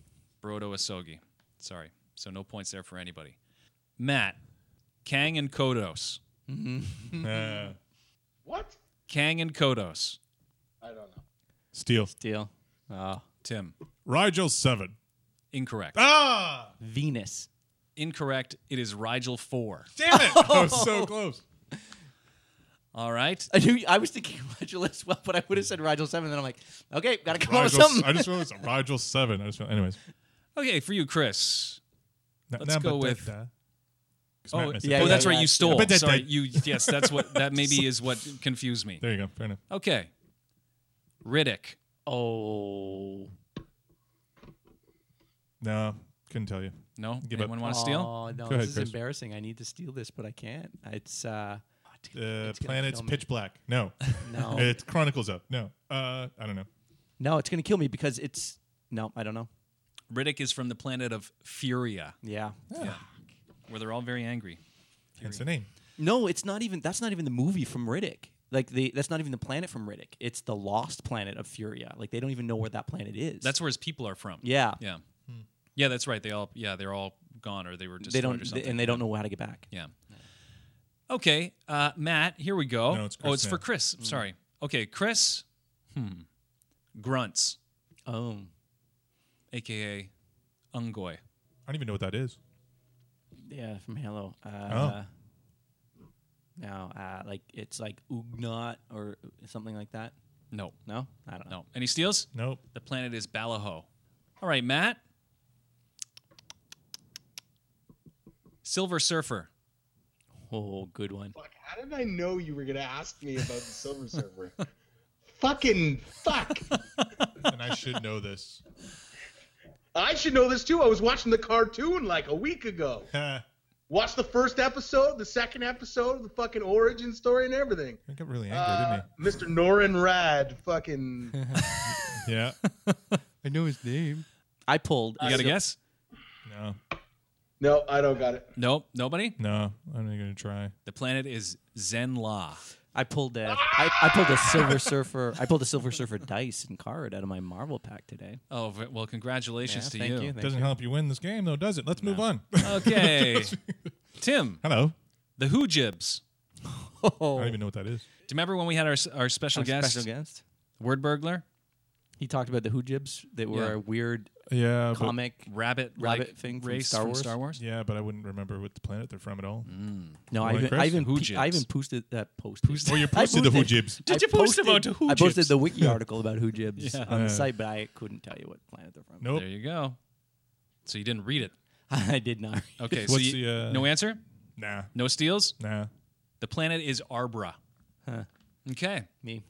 Brodo Asogi. Sorry. So no points there for anybody. Matt, Kang and Kodos. Mm-hmm. Uh, What? Kang and Kodos. I don't know. steal. Steal. Oh. Tim, Rigel seven. incorrect. Ah, Venus. Incorrect. It is Rigel 4. damn it! I was so Oh. close. All right. I knew I was thinking Rigel as well, but I would have said Rigel seven. Then I'm like, okay, gotta come up with Rigel, something. I just realized Rigel seven. I just realized, anyways. Okay, for you, Chris. N- Let's nah, go but with- that, uh, 'cause Oh, Matt missed yeah, it. oh, that's yeah, right. yeah. You stole. But that- Sorry. that- You. Yes, that's what. That maybe is what confused me. There you go. Fair enough. Okay. Riddick. oh. No, couldn't tell you. No. Give up. Anyone want to steal? Oh no, Go ahead, this is Chris. embarrassing. I need to steal this, but I can't. It's uh. oh, dude, The it's gonna planet's kill me. pitch black. No. No. It's Chronicles of. No. Uh, I don't know. No, it's gonna kill me because it's no. I don't know. Riddick is from the planet of Furia, Yeah. where they're all very angry. Hence the name. No, it's not even. That's not even the movie from Riddick. Like the that's not even the planet from Riddick. It's the lost planet of Furia. Like they don't even know where that planet is. That's where his people are from. yeah. Yeah. Yeah, that's right. They all. Yeah, they're all gone, or they were destroyed They don't or something. and they don't know how to get back. Yeah. Okay, uh, Matt. Here we go. No, it's oh, Chris Mm-hmm. it's for now. Chris. Sorry. Okay, Chris. Hmm. Grunts, Oh, aka Ungoy. I don't even know what that is. yeah, from Halo. Uh, Oh. No, uh, like it's like Ugnaught or something like that. No, No, I don't know. no. Any steals? Nope. The planet is Balaho. All right, Matt. Silver Surfer. Oh, good one. Fuck, how did I know you were gonna ask me about the Silver Surfer? Fucking fuck! and I should know this. I should know this too. I was watching the cartoon like a week ago. I Watched the first episode, the second episode, the fucking origin story and everything. got really angry, Uh, Mr. Norin Rad, fucking. didn't he? Yeah. Uh. I know his name. I pulled. You got a guess? No. No, I don't got it. Nope. Nobody. No. I'm not gonna try. The planet is Zen La. I pulled a. I, I pulled a Silver Surfer. I pulled a Silver Surfer dice and card out of my Marvel pack today. Oh v- well, congratulations to thank you. thank Doesn't you. help you win this game though, does it? Let's move on. Okay, Tim. Hello. The Who Jibs. Oh. I don't even know what that is. Do you remember when we had our s- our special Our guest, special guest. word burglar, He talked about the Who Jibs that were Yeah. a weird Yeah. But, comic. rabbit Rabbit thing from race Star from Wars? Star Wars? yeah, but I wouldn't remember what the planet they're from at all. No, I Like even, Chris? I even, Who pe- I Jibs? even posted that posted. Oh, you posted the Who Jibs. Did I you post about the Who I posted Jibs? the wiki article about Who Jibs on the Yeah. site, but I couldn't tell you what planet they're from. Nope. There you go. So you didn't read it. I did not. Okay. so What's you, the, uh, no answer. Nah. No steals. Nah. The planet is Arbra. Huh. Okay. Me.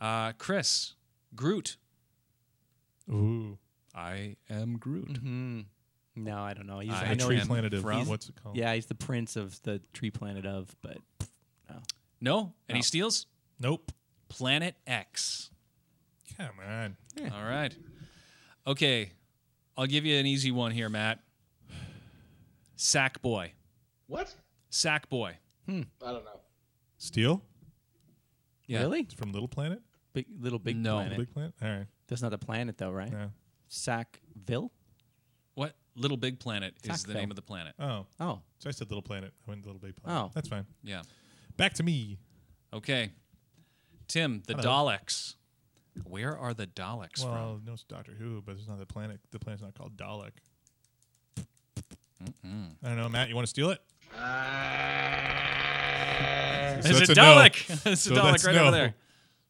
Uh, Chris, Groot. Ooh. Mm-hmm. I am Groot. No, I don't know. He's, I I The know tree him planet of from- what's it called? Yeah, he's the prince of the tree planet of, but no. No, and he steals Nope. Planet X. Come on. All right. Okay, I'll give you an easy one here, Matt. Sack boy. What? Sack boy. I don't know. Steel? Yeah. Really? It's from Little Planet? Big little big No. planet. Big Planet? All right. That's not a planet though, right? No. Sackville? What? Little Big Planet is the Sackville. name of the planet. Oh. Oh. So I said Little Planet. I went Little Big Planet. Oh. That's fine. Yeah. Back to me. Okay. Tim, the Daleks. Where are the Daleks Well, no, it's Doctor Who, but it's not the planet. The planet's not called Dalek. I don't know, Matt. You want to steal it? Uh, from? So It's that's a no. Dalek. it's a So Dalek that's right no. over there.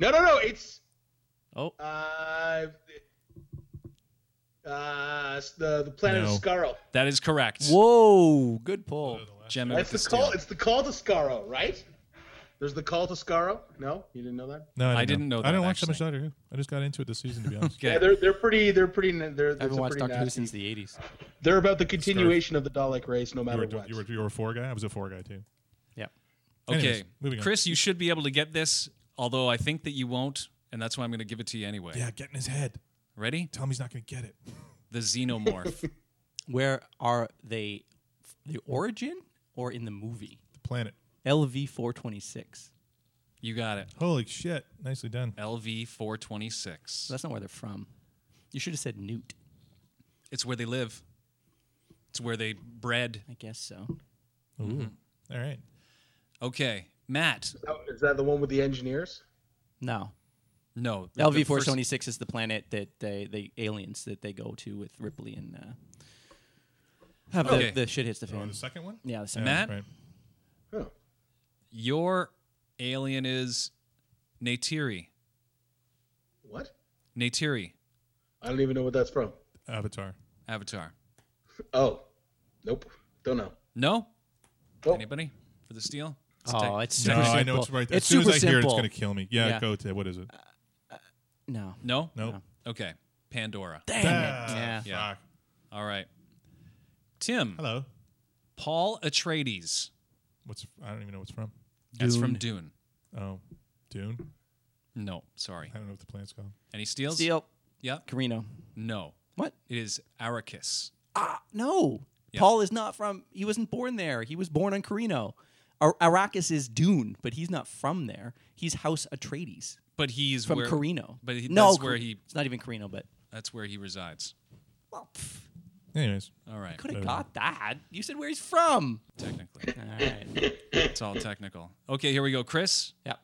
No, no, no. It's Oh. uh, uh, s- the the planet No. of Scarl. That is correct. Whoa, good pull. Gemma That's with the the call. steal. It's the call to Scarl, right? There's the call to Scarl. No, you didn't know that. No, I, I didn't know I that, don't watch that much actually. Doctor Who. I just got into it this season, to be honest. Yeah, they're they're pretty they're pretty na- they're I that's haven't a watched pretty Doctor Who nasty- since the 80s. They're about the continuation of the Dalek race, no you, matter were, what. you, were, you were a four guy. I was a four guy too. Yeah. Okay. Anyways, moving on. Chris, you should be able to get this, although I think that you won't, and that's why I'm going to give it to you anyway. Yeah, get in his head. Ready? Tell him he's not going to get it. The xenomorph. Where are they the origin or in the movie? The planet. LV four twenty six. you got it. Holy shit! Nicely done. LV 426. That's not where they're from. You should have said Newt. It's where they live. It's where they bred. I guess so. Ooh. All right. Okay. Matt. Oh, Is that the one with the engineers? No. No. the- the LV first- four twenty six is the planet that they the aliens that they go to with Ripley and uh, have Okay. the, the shit hits the fan. Oh, the second one. yeah, the same. Matt? Right. Huh. Your alien is Neytiri. What? Neytiri. I don't even know what that's from. Avatar. Avatar. Oh, nope. Don't know. Oh, No? Nope. Anybody for the steal? It's a Oh, tech- it's No, super simple. I know it's right. As It's soon super as I hear it, simple. it's going to kill me. Yeah, Yeah. Uh, go to what is it? No. no? Nope. Okay. Pandora. Dang it. Yeah. Ah, Yeah. fuck. All right. Tim. Hello. Paul Atreides. What's I don't even know what's from. That's from Dune. Oh, Dune. No, sorry. I don't know what the planet's called. Any steals? Steal. Yeah. Carino. No. What? It is Arrakis. Ah, No. Paul is not from. He wasn't born there. He was born on Carino. Ar- Arrakis is Dune, but he's not from there. He's House Atreides But he's from where, Carino. But he, no, that's where Car- he It's not even Carino, but that's where he resides. well, pff, Anyways, All right. could have got that. You said where he's from. Technically. All right. it's all technical. Okay, here we go. Chris, yeah.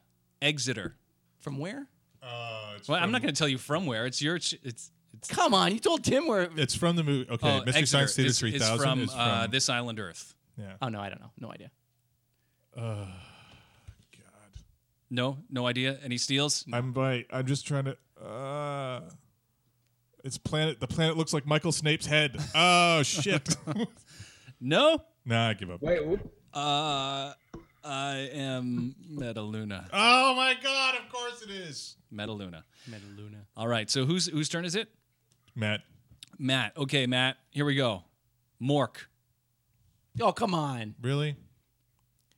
Exeter. From where? uh, it's, Well, I'm not going to tell you from where. It's your ch- it's it's Come on, you told Tim where. it's from the movie. Okay, oh, Mystery Exeter. Science Theater It's- it's 3000 from, is from. uh, this island Earth. yeah. Oh no, I don't know. No idea. God. No, no idea. Any steals? I'm by. I'm just trying to. Uh, it's planet. The planet looks like Michael Snape's head. Oh shit. No. nah, I give up. Wait, whoop. Uh, I am Metaluna. Oh my god! Of course it is. Metaluna. Metaluna. All right. So whose whose turn is it? Matt. Matt. Okay, Matt. Here we go. Mork. Oh come on. Really?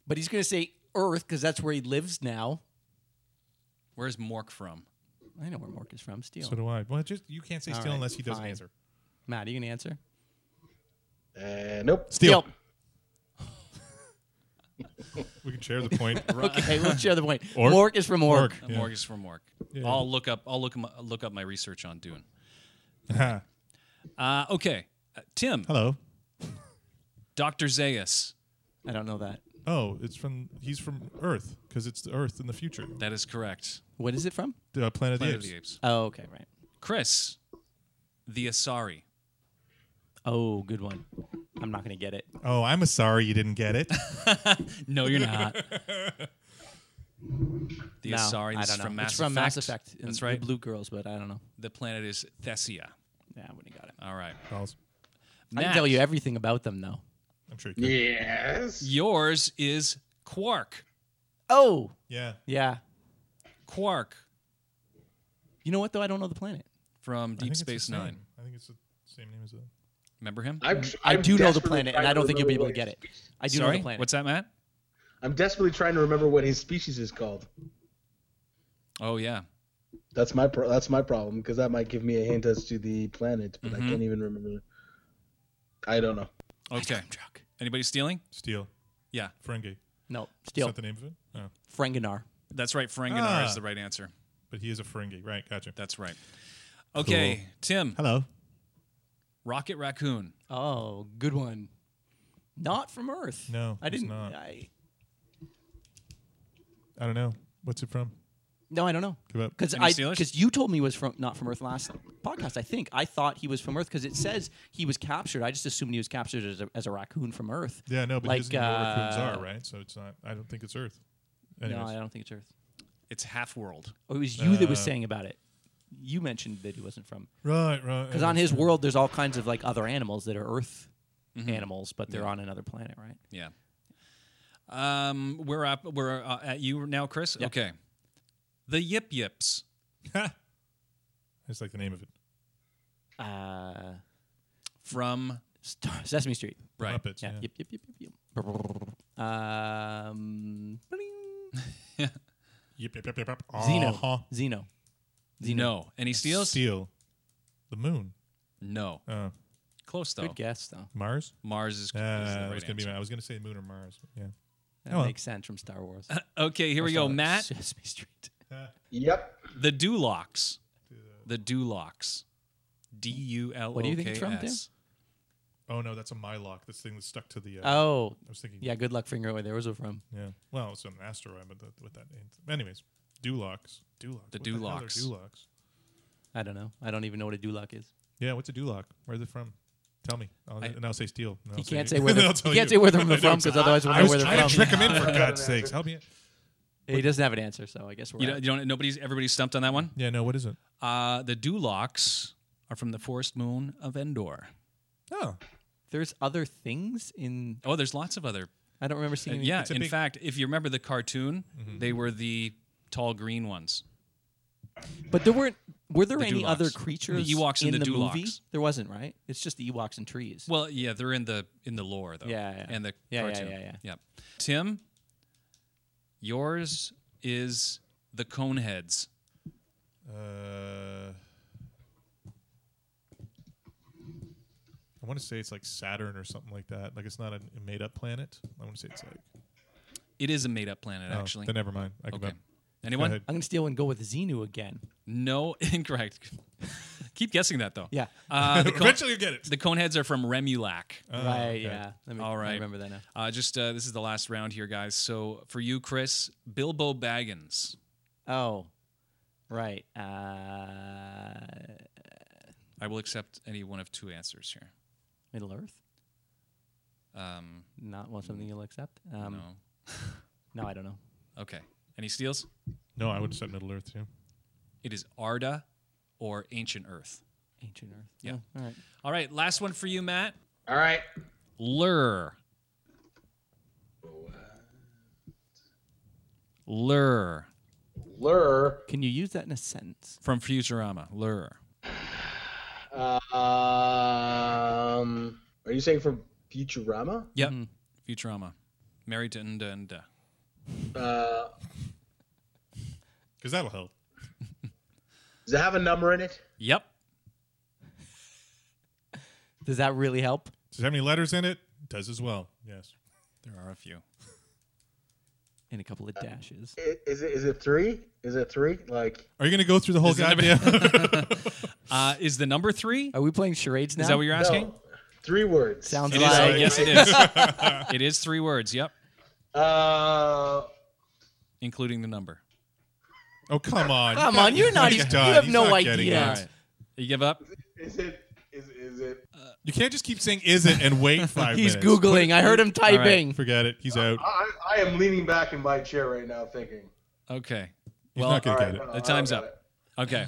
But he's gonna say Earth because that's where he lives now. Where's Mork from? I know where Mork is from. Steal. So do I. Well, just you can't say All steal right, unless he doesn't fine. answer. Matt, are you gonna answer? Uh, nope. Steal. We can share the point. Okay, we'll share the point. Orc? Mork is from Orc. Yeah. Mork is from Mork. I'll look up. I'll look 'em- look up my research on Dune. Ha. Uh, okay, uh, Tim. Hello. Doctor Zaius. I don't know that. Oh, it's from. He's from Earth because it's the Earth in the future. That is correct. What is it from? The uh, planet, Planet of the Apes. Oh, okay, right. Chris. The Asari. Oh, good one. I'm not gonna get it. Oh, I'm sorry you didn't get it. No, you're not. the no, Asari. I This don't is know. from Mass it's from Effect. Mass Effect. and That's right. The Blue Girls, but I don't know. The planet is Thessia. Yeah, I wouldn't have got it. All right. Calls. I Matt, can tell you everything about them though. I'm sure. You could. Yes. Yours is Quark. Oh, Yeah. yeah. Quark You know what though? I don't know the planet. from I think Deep it's the Space same. Nine. I think it's the same name as the. Remember him? I'm, I I'm do know the desperately planet, trying and I don't think you'll be able remember to what get it. his species- I do know Sorry, the planet. what's that, Matt? I'm desperately trying to remember what his species is called. Oh yeah, That's my pro- that's my problem because that might give me a hint as to the planet, but Mm-hmm. I can't even remember. I don't know. okay. Truck. Anybody stealing? Steel. Yeah, Ferengi. No, Is still that the name of it? Oh. Franganar. that's right. Franganar Ah. is the right answer. But he is a Ferengi. Right. Gotcha. That's right. Okay, Tim. Hello. Rocket Raccoon. Oh, good one. Not from Earth. No, I it's didn't. not. I, I don't know. What's it from? no, I don't know. Give up. Because Any I Steelers? because you told me he was from not from Earth last podcast. I think I thought he was from Earth because it says he was captured. I just assumed he was captured as a, as a raccoon from Earth. Yeah, no, but Like, he doesn't know where raccoons uh, are, right? So it's not. I don't think it's Earth. No, Anyways. I don't think it's Earth. It's half world. Oh, it was you that was Uh, saying about it. You mentioned that he wasn't from Right, right. because on his world there's all kinds of like other animals that are Earth animals, but they're on another planet, right? Yeah. Um, we're up. We're uh, at you now, Chris. Okay. The Yip Yips. It's like the name of it. Uh, from Star- Sesame Street. right. Muppets. Yeah. Yeah. Yep. Yep. Yep. Yep. Yep. Um, bling. Yep, yep, yep, yep, yep. Xeno. Uh-huh. Xeno. No. Any steals? Steel. The moon. No. Oh, Close though. Good guess, though. Mars. Mars is, is Uh, the that right was gonna be. answer. I was gonna say moon or Mars. but Yeah. That Oh, well. makes sense from Star Wars. Okay, here we go. Star- Matt, Sesame Street. Yep. the Dulocks. The Dulocks. D U L O K S. What do you think it's from, Tim? Oh no, that's a mylock. This thing that's stuck to the. Uh, Oh, I was thinking. yeah. Good luck figuring out where those are from. Yeah. Well, it's an asteroid, but that, with that. Anyways, Dulocks. Dulocks. The What hell are Dulocks. Dulocks. I don't know. I don't even know what a Duloc is. Yeah. What's a Duloc? Where's it from? Tell me. I'll, I- and I'll say steel. And I'll He can't you. say where And they're, I'll tell he can't you. say where they're I know, from so- because otherwise we'll I know was where trying they're to from. trick him in for God's sakes. Help me. out. He doesn't have an answer, so I guess we're. You out. don't, you don't, nobody's, everybody's stumped on that one? Yeah. No. What is it? Uh, the Dulocks are from the forest moon of Endor. Oh. There's other things in. Oh, there's lots of other. I don't remember uh, seeing. any- yeah, a in big- Mm-hmm. fact, if you remember the cartoon, they were the tall green ones. but there weren't. Were there The any Dulocs. other The creatures Ewoks and in the movie? Dulocs. There wasn't, right? It's just the Ewoks and trees. Well, yeah, they're in the in the lore though. Yeah, yeah. And the Yeah, yeah, cartoon. yeah, yeah. Tim, yours is the Coneheads. Uh, I want to say it's like Saturn or something like that. Like it's not a made up planet. I want to say it's like. It is a made up planet, Oh, actually. then never mind. I give okay. up. Go Anyone? ahead. I'm gonna steal and go with Xenu again. No, incorrect. Keep guessing that though. Yeah. Uh, the, cone, Eventually you get it. the Coneheads are from Remulac. Oh, right. okay. Yeah. Let me, All I right. remember that now. Uh, just uh, this is the last round here, guys. So for you, Chris, Bilbo Baggins. Oh, right. Uh, I will accept any one of two answers here. Middle Earth. Um, Not one something you'll accept. Um, no. no. I don't know. Okay. Any steals? No, I would have said Middle Earth too. It is Arda or Ancient Earth. Ancient Earth. Yeah. Oh, all right. All right, last one for you, Matt. All right. Lure. Lure Lure. Can you use that in a sentence? from Futurama. Lure. Um. Are you saying from Futurama? Yep. Mm-hmm. Futurama. Married to Nda Nda. Uh, Because that'll help. does it have a number in it? Yep. Does that really help? Does it have any letters in it? It Does as well. Yes. There are a few. In a couple of dashes. I- Is it is it three? Is it three? Like Are you going to go through the whole Does it goddamn? Uh, is the number three? Are we playing charades now? Is that what you're asking? no, three words. Sounds It is, like. yes, it is. it is three words. Yep. Uh. Including the number. oh come on! Come on, you're not. He's even- done. You have He's no not getting idea. it. All right. You give up? Is it is is it? You can't just keep saying "is it" and wait five He's minutes. googling. Uh, I heard him typing. Forget it. He's out. I, I am leaning back in my chair right now, thinking. Okay. He's well, not going all to right, get it. no, The time's I don't up. Okay.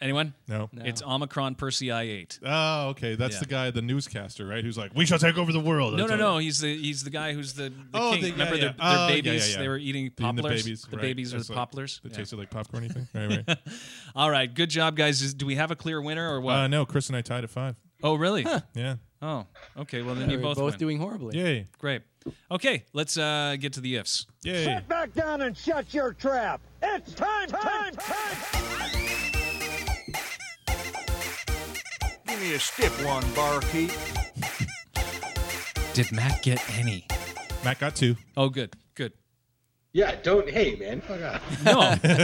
Anyone? No. It's Omicron Percy I 8. Oh, okay. That's Yeah. the guy, the newscaster, right? Who's like, "We shall take over the world." No, That's no, all no. right. He's the he's the guy who's the, the Oh, king. the- yeah, Remember yeah. their, Oh, yeah, their babies? yeah, yeah. They were eating Eating poplars. The babies, right. are That's the like- poplars. That Yeah. tasted like popcorn. You think? Right, right. All right, good job, guys. Is, do we have a clear winner or what? uh, no, Chris and I tied at five. oh, really? Yeah. Oh, okay. Well, then you We're both, both win. doing horribly. Yay. Great. Okay, let's uh, get to the ifs. Yay. Back down and shut your trap. It's time, time, time. Give me a stiff one, barkeep. Did Matt get any? Matt got two. Oh, good, good. Yeah, don't. Hey, man, fuck off. No,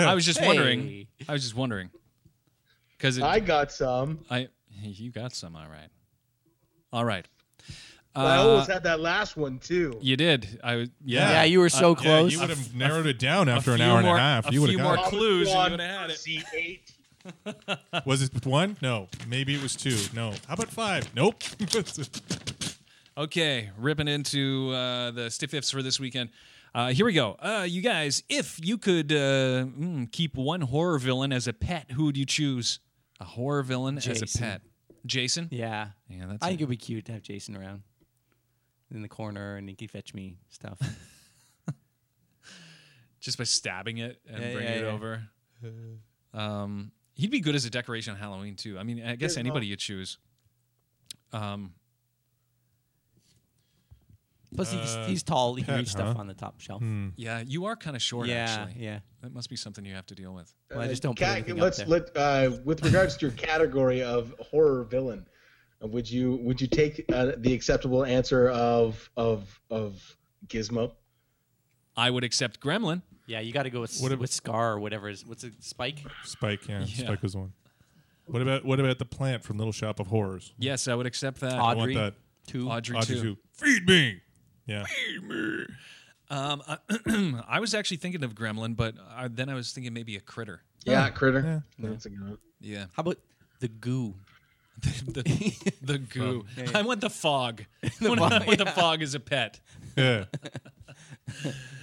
I was just wondering. Hey. I was just wondering because I got some. I you got some. All right, all right. I Uh, almost had that last one too. You did. I was. Uh, Yeah. Yeah, you were so Yeah, close. you would have narrowed it down after an few hour and more- a half. a you would few have got more clues and you would've had it. C eight. it. Was it one? No. Maybe it was two. No. How about five? Nope. Okay, ripping into uh, the stiff ifs for this weekend. Uh, here we go. Uh, you guys, if you could uh, mm, keep one horror villain as a pet, who would you choose? A horror villain as a Jason. pet. Jason? yeah. Yeah, that's I it. think it'd be cute to have Jason around in the corner and he could fetch me stuff. Just by stabbing it and Yeah, bringing yeah, it yeah. over. Um, he'd be good as a decoration on Halloween, too. I mean, I guess anybody you choose. Um, Plus, Uh, he's, he's tall. He can pet, reach stuff huh? Hmm. on the top shelf. yeah, you are kind of short, yeah, actually. yeah. That must be something you have to deal with. Well, I just don't put Cat, anything Uh, let's up there. let uh, with regards to your category of horror villain. Would you would you take uh, the acceptable answer of of of Gizmo? I would accept Gremlin. yeah, you got to go with, What ab- with Scar or whatever is. What's it? Spike? Spike, yeah, Yeah. Spike was the one. What about what about the plant from Little Shop of Horrors? Yes, I would accept that. I want Audrey. that. Two. Audrey, Audrey too. too. Feed me. Yeah. Um, I, I was actually thinking of Gremlin, but uh, then I was thinking maybe a critter. Yeah, Oh, critter. yeah. That's a good one. Yeah, How about the goo? the, the, the goo. Yeah, yeah. I want the fog. When I fog, want the fog as a pet. Yeah.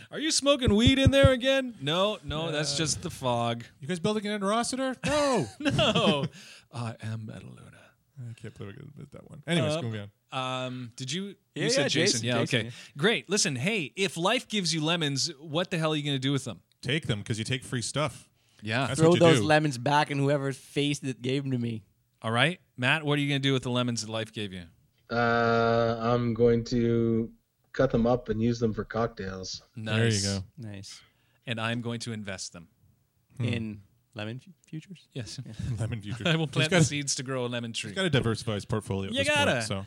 Are you smoking weed in there again? No, no, Uh. that's just the fog. You guys building an Rossiter? No. No, I am Metaluna. I can't believe I missed that one. Anyways, Uh, moving on. Um, did you? Yeah, you yeah, said Jason. Jason, Yeah, Jason, okay. yeah. Great. Listen, hey, if life gives you lemons, what the hell are you going to do with them? Take them because you take free stuff. Yeah. That's Throw what you those do. lemons back in whoever's face that gave them to me. All right, Matt, what are you going to do with the lemons that life gave you? Uh, I'm going to cut them up and use them for cocktails. Nice. There you go. Nice. And I'm going to invest them. Hmm. In lemon fu- futures? Yes. Lemon future. I will plant the He's seeds to grow a lemon tree. got to diversify his portfolio. At You this gotta. Point, so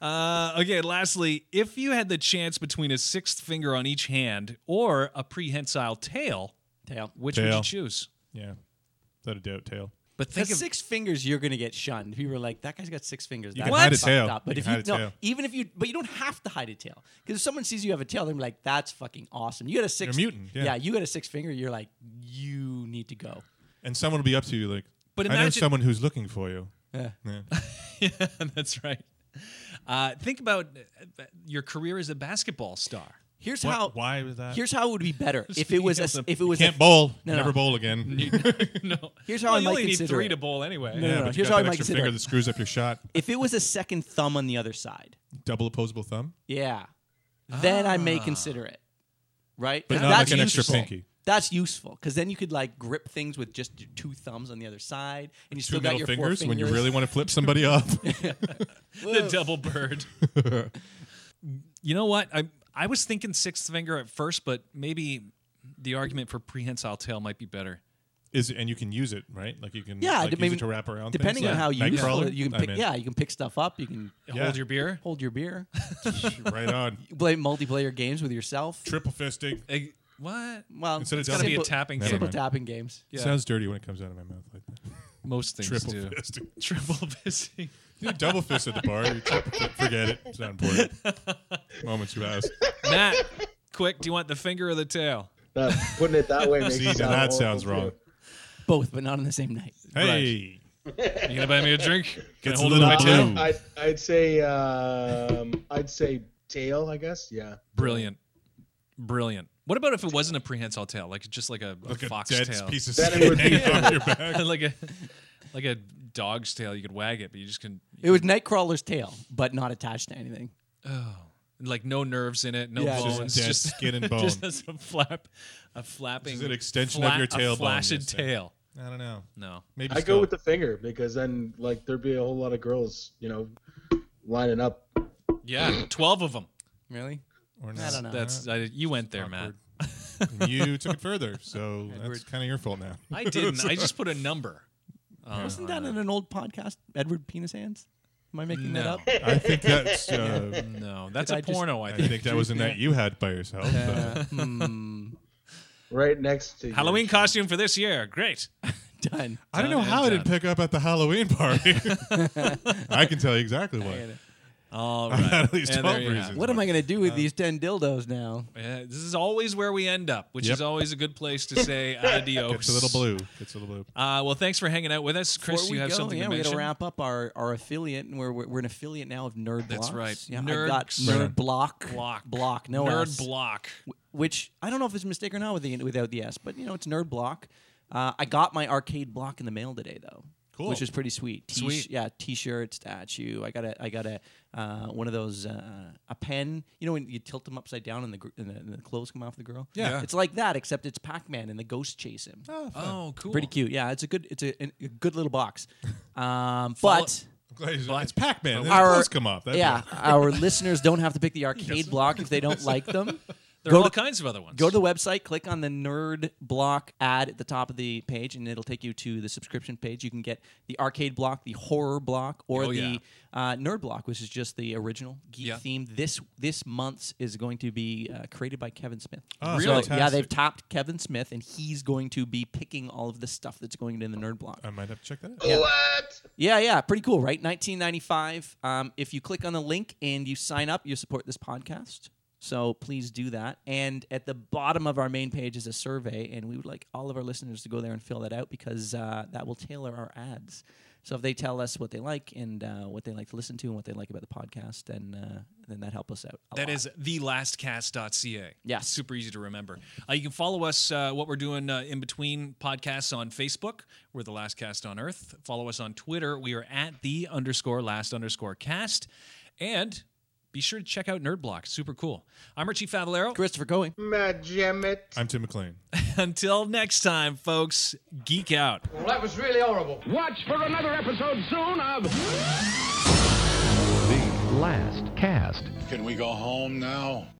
Uh, okay, lastly, if you had the chance between a sixth finger on each hand or a prehensile tail, Tail. which would you Tail. choose? yeah, without a doubt, tail. But think At of six fingers, you're gonna get shunned. People are like, "That guy's got six fingers." You can hide a tail. But You if can you hide a no, tail. even if you, but you don't have to hide a tail because if someone sees you have a tail, they're like, "That's fucking awesome." You got a 6 You're a mutant, yeah. you got a six finger. You're like, you need to go. And someone will be up to you like, But I know imagine- someone who's looking for you. Yeah. yeah, that's right. Uh, think about uh, your career as a basketball star. Here's What- how. why was that? Here's how it would be better if it was a, Speaking of if it was Can't a, bowl. No, Never no. bowl again. no, Here's how well, I you might only need consider three it. to bowl anyway. no, yeah, no. but you Here's got how I that might extra consider finger it. that screws up your shot. if it was a second thumb on the other side. Double opposable thumb. Yeah, then I may consider it. Right, But 'Cause not that's like an extra useful. pinky. That's useful because then you could like grip things with just your two thumbs on the other side, and you Two still got middle your fingers, four fingers when you really want to flip somebody off. the double bird. you know what? I I was thinking sixth finger at first, but maybe the argument for prehensile tail might be better. Is and you can use it right? Like you can Yeah, d- like, use maybe- it to wrap around. depending things. on Yeah. how you Nightcrawler? useful it- you can I'm pick. in. Yeah, you can pick stuff up. You can Yeah. Hold your beer. hold your beer, right on. play multiplayer games with yourself. Triple fisting. Eh, what? Well, Instead of it's double- Gotta be a simple- tapping Never game. Simple mind. tapping games. Yeah. Sounds dirty when it comes out of my mouth like that. Most things Triple do. fisting. Triple fisting. You double fist at the bar. You triple fist. Forget it. It's not important. Moments you ask. Matt, quick, do you want the finger or the tail? Uh, putting it that way makes See, it now sound that horrible, sounds too. wrong. Both, but not on the same night. Hey, You gonna buy me a drink? Can I Gets a hold little on to my tail? blue. I'd, I'd say um, I'd say tail, I guess. Yeah. Brilliant. Brilliant. What about if it wasn't a prehensile tail? Like just like a, a like a fox dead tail. piece of That skin would be- hanging off your back. like a like a dog's tail. You could wag it, but you just can It was Nightcrawler's tail, but not attached to anything. oh, like no nerves in it, no Yeah, bones, Just dead just skin and bone. just as a flap, a flapping. This is an extension of your A tailbone, flaccid yes, sir. tail. I don't know. No. Maybe I still. go with the finger because then like there'd be a whole lot of girls, you know, lining up. Yeah, twelve of them. Really? Or I don't know. That's I, you went there, Matt. Uh, Awkward. And you took it further, so that's kind of your fault now. I didn't. I just put a number. Oh, Uh, Wasn't that in an old podcast, Edward Penis Hands? Am I making that No. up? I think that's. Uh, no, that's Did a I just- porno. I I think think that was a night you had by yourself. but- Right next to Halloween costume for this year. Great. Done. I don't know Done how and I didn't done. pick up at the Halloween party. I can tell you exactly why. All I right. had at least And there 12 you have reasons. What am I going to do Uh, with these 10 dildos now? it. Uh, this is always where we end up, which Yep. is always a good place to say Oh, adios. It's a little blue. It's a little blue. Uh, well, thanks for hanging out with us, Chris. Before we You have go, something yeah, to we mention. to wrap up our, our affiliate, and we're, we're, we're an affiliate now of Nerd That's Blocks. right. Yeah, Nerd I got Block. Nerd Block. Block. Block. No Nerd S. block. which I don't know if it's a mistake or not with the, without the S, but you know it's Nerd Block. Uh, I got my arcade block in the mail today though, Cool. which is pretty sweet. T- Sweet. yeah, T-shirt, statue. I got a, I got a uh, one of those uh, a pen. You know when you tilt them upside down and the gr- and the, and the clothes come off the girl. Yeah. it's like that except it's Pac-Man and the ghosts chase him. Oh, cool. Pretty cute. Yeah, it's a good, it's a, an- a good little box. Um, but. I'm glad you- It's Pac Man. His Our- clothes come off. That's yeah, why. our listeners don't have to pick the arcade block if they don't like them. There are all to- kinds of other ones. Go to the website, click on the Nerd Block ad at the top of the page, and it'll take you to the subscription page. You can get the arcade block, the horror block, or Oh, the yeah. uh, Nerd block, which is just the original geek Yeah. theme. This this month's is going to be uh, created by Kevin Smith. Ah, Oh, So, Really? yeah, they've fantastic. topped Kevin Smith, and he's going to be picking all of the stuff that's going into the Nerd block. I might have to check that out. What? Yeah, yeah, pretty cool, right? 1995. Um, if you click on the link and you sign up, you support this podcast. So please do that. And at the bottom of our main page is a survey, and we would like all of our listeners to go there and fill that out because uh, that will tailor our ads. So if they tell us what they like and uh, what they like to listen to and what they like about the podcast, then uh, then that help us out. a That lot. is thelastcast.ca. Yes. Super easy to remember. Uh, you can follow us, uh, what we're doing uh, in between podcasts on Facebook. We're the Last Cast on Earth. Follow us on Twitter. We are at the underscore last underscore cast. And be sure to check out Nerd Block. Super cool. I'm Richie Favalero. Christopher Going. Matt Jemmett. I'm Tim McLean. Until next time, folks, geek out. Well, that was really horrible. Watch for another episode soon of. The Last Cast. Can we go home now?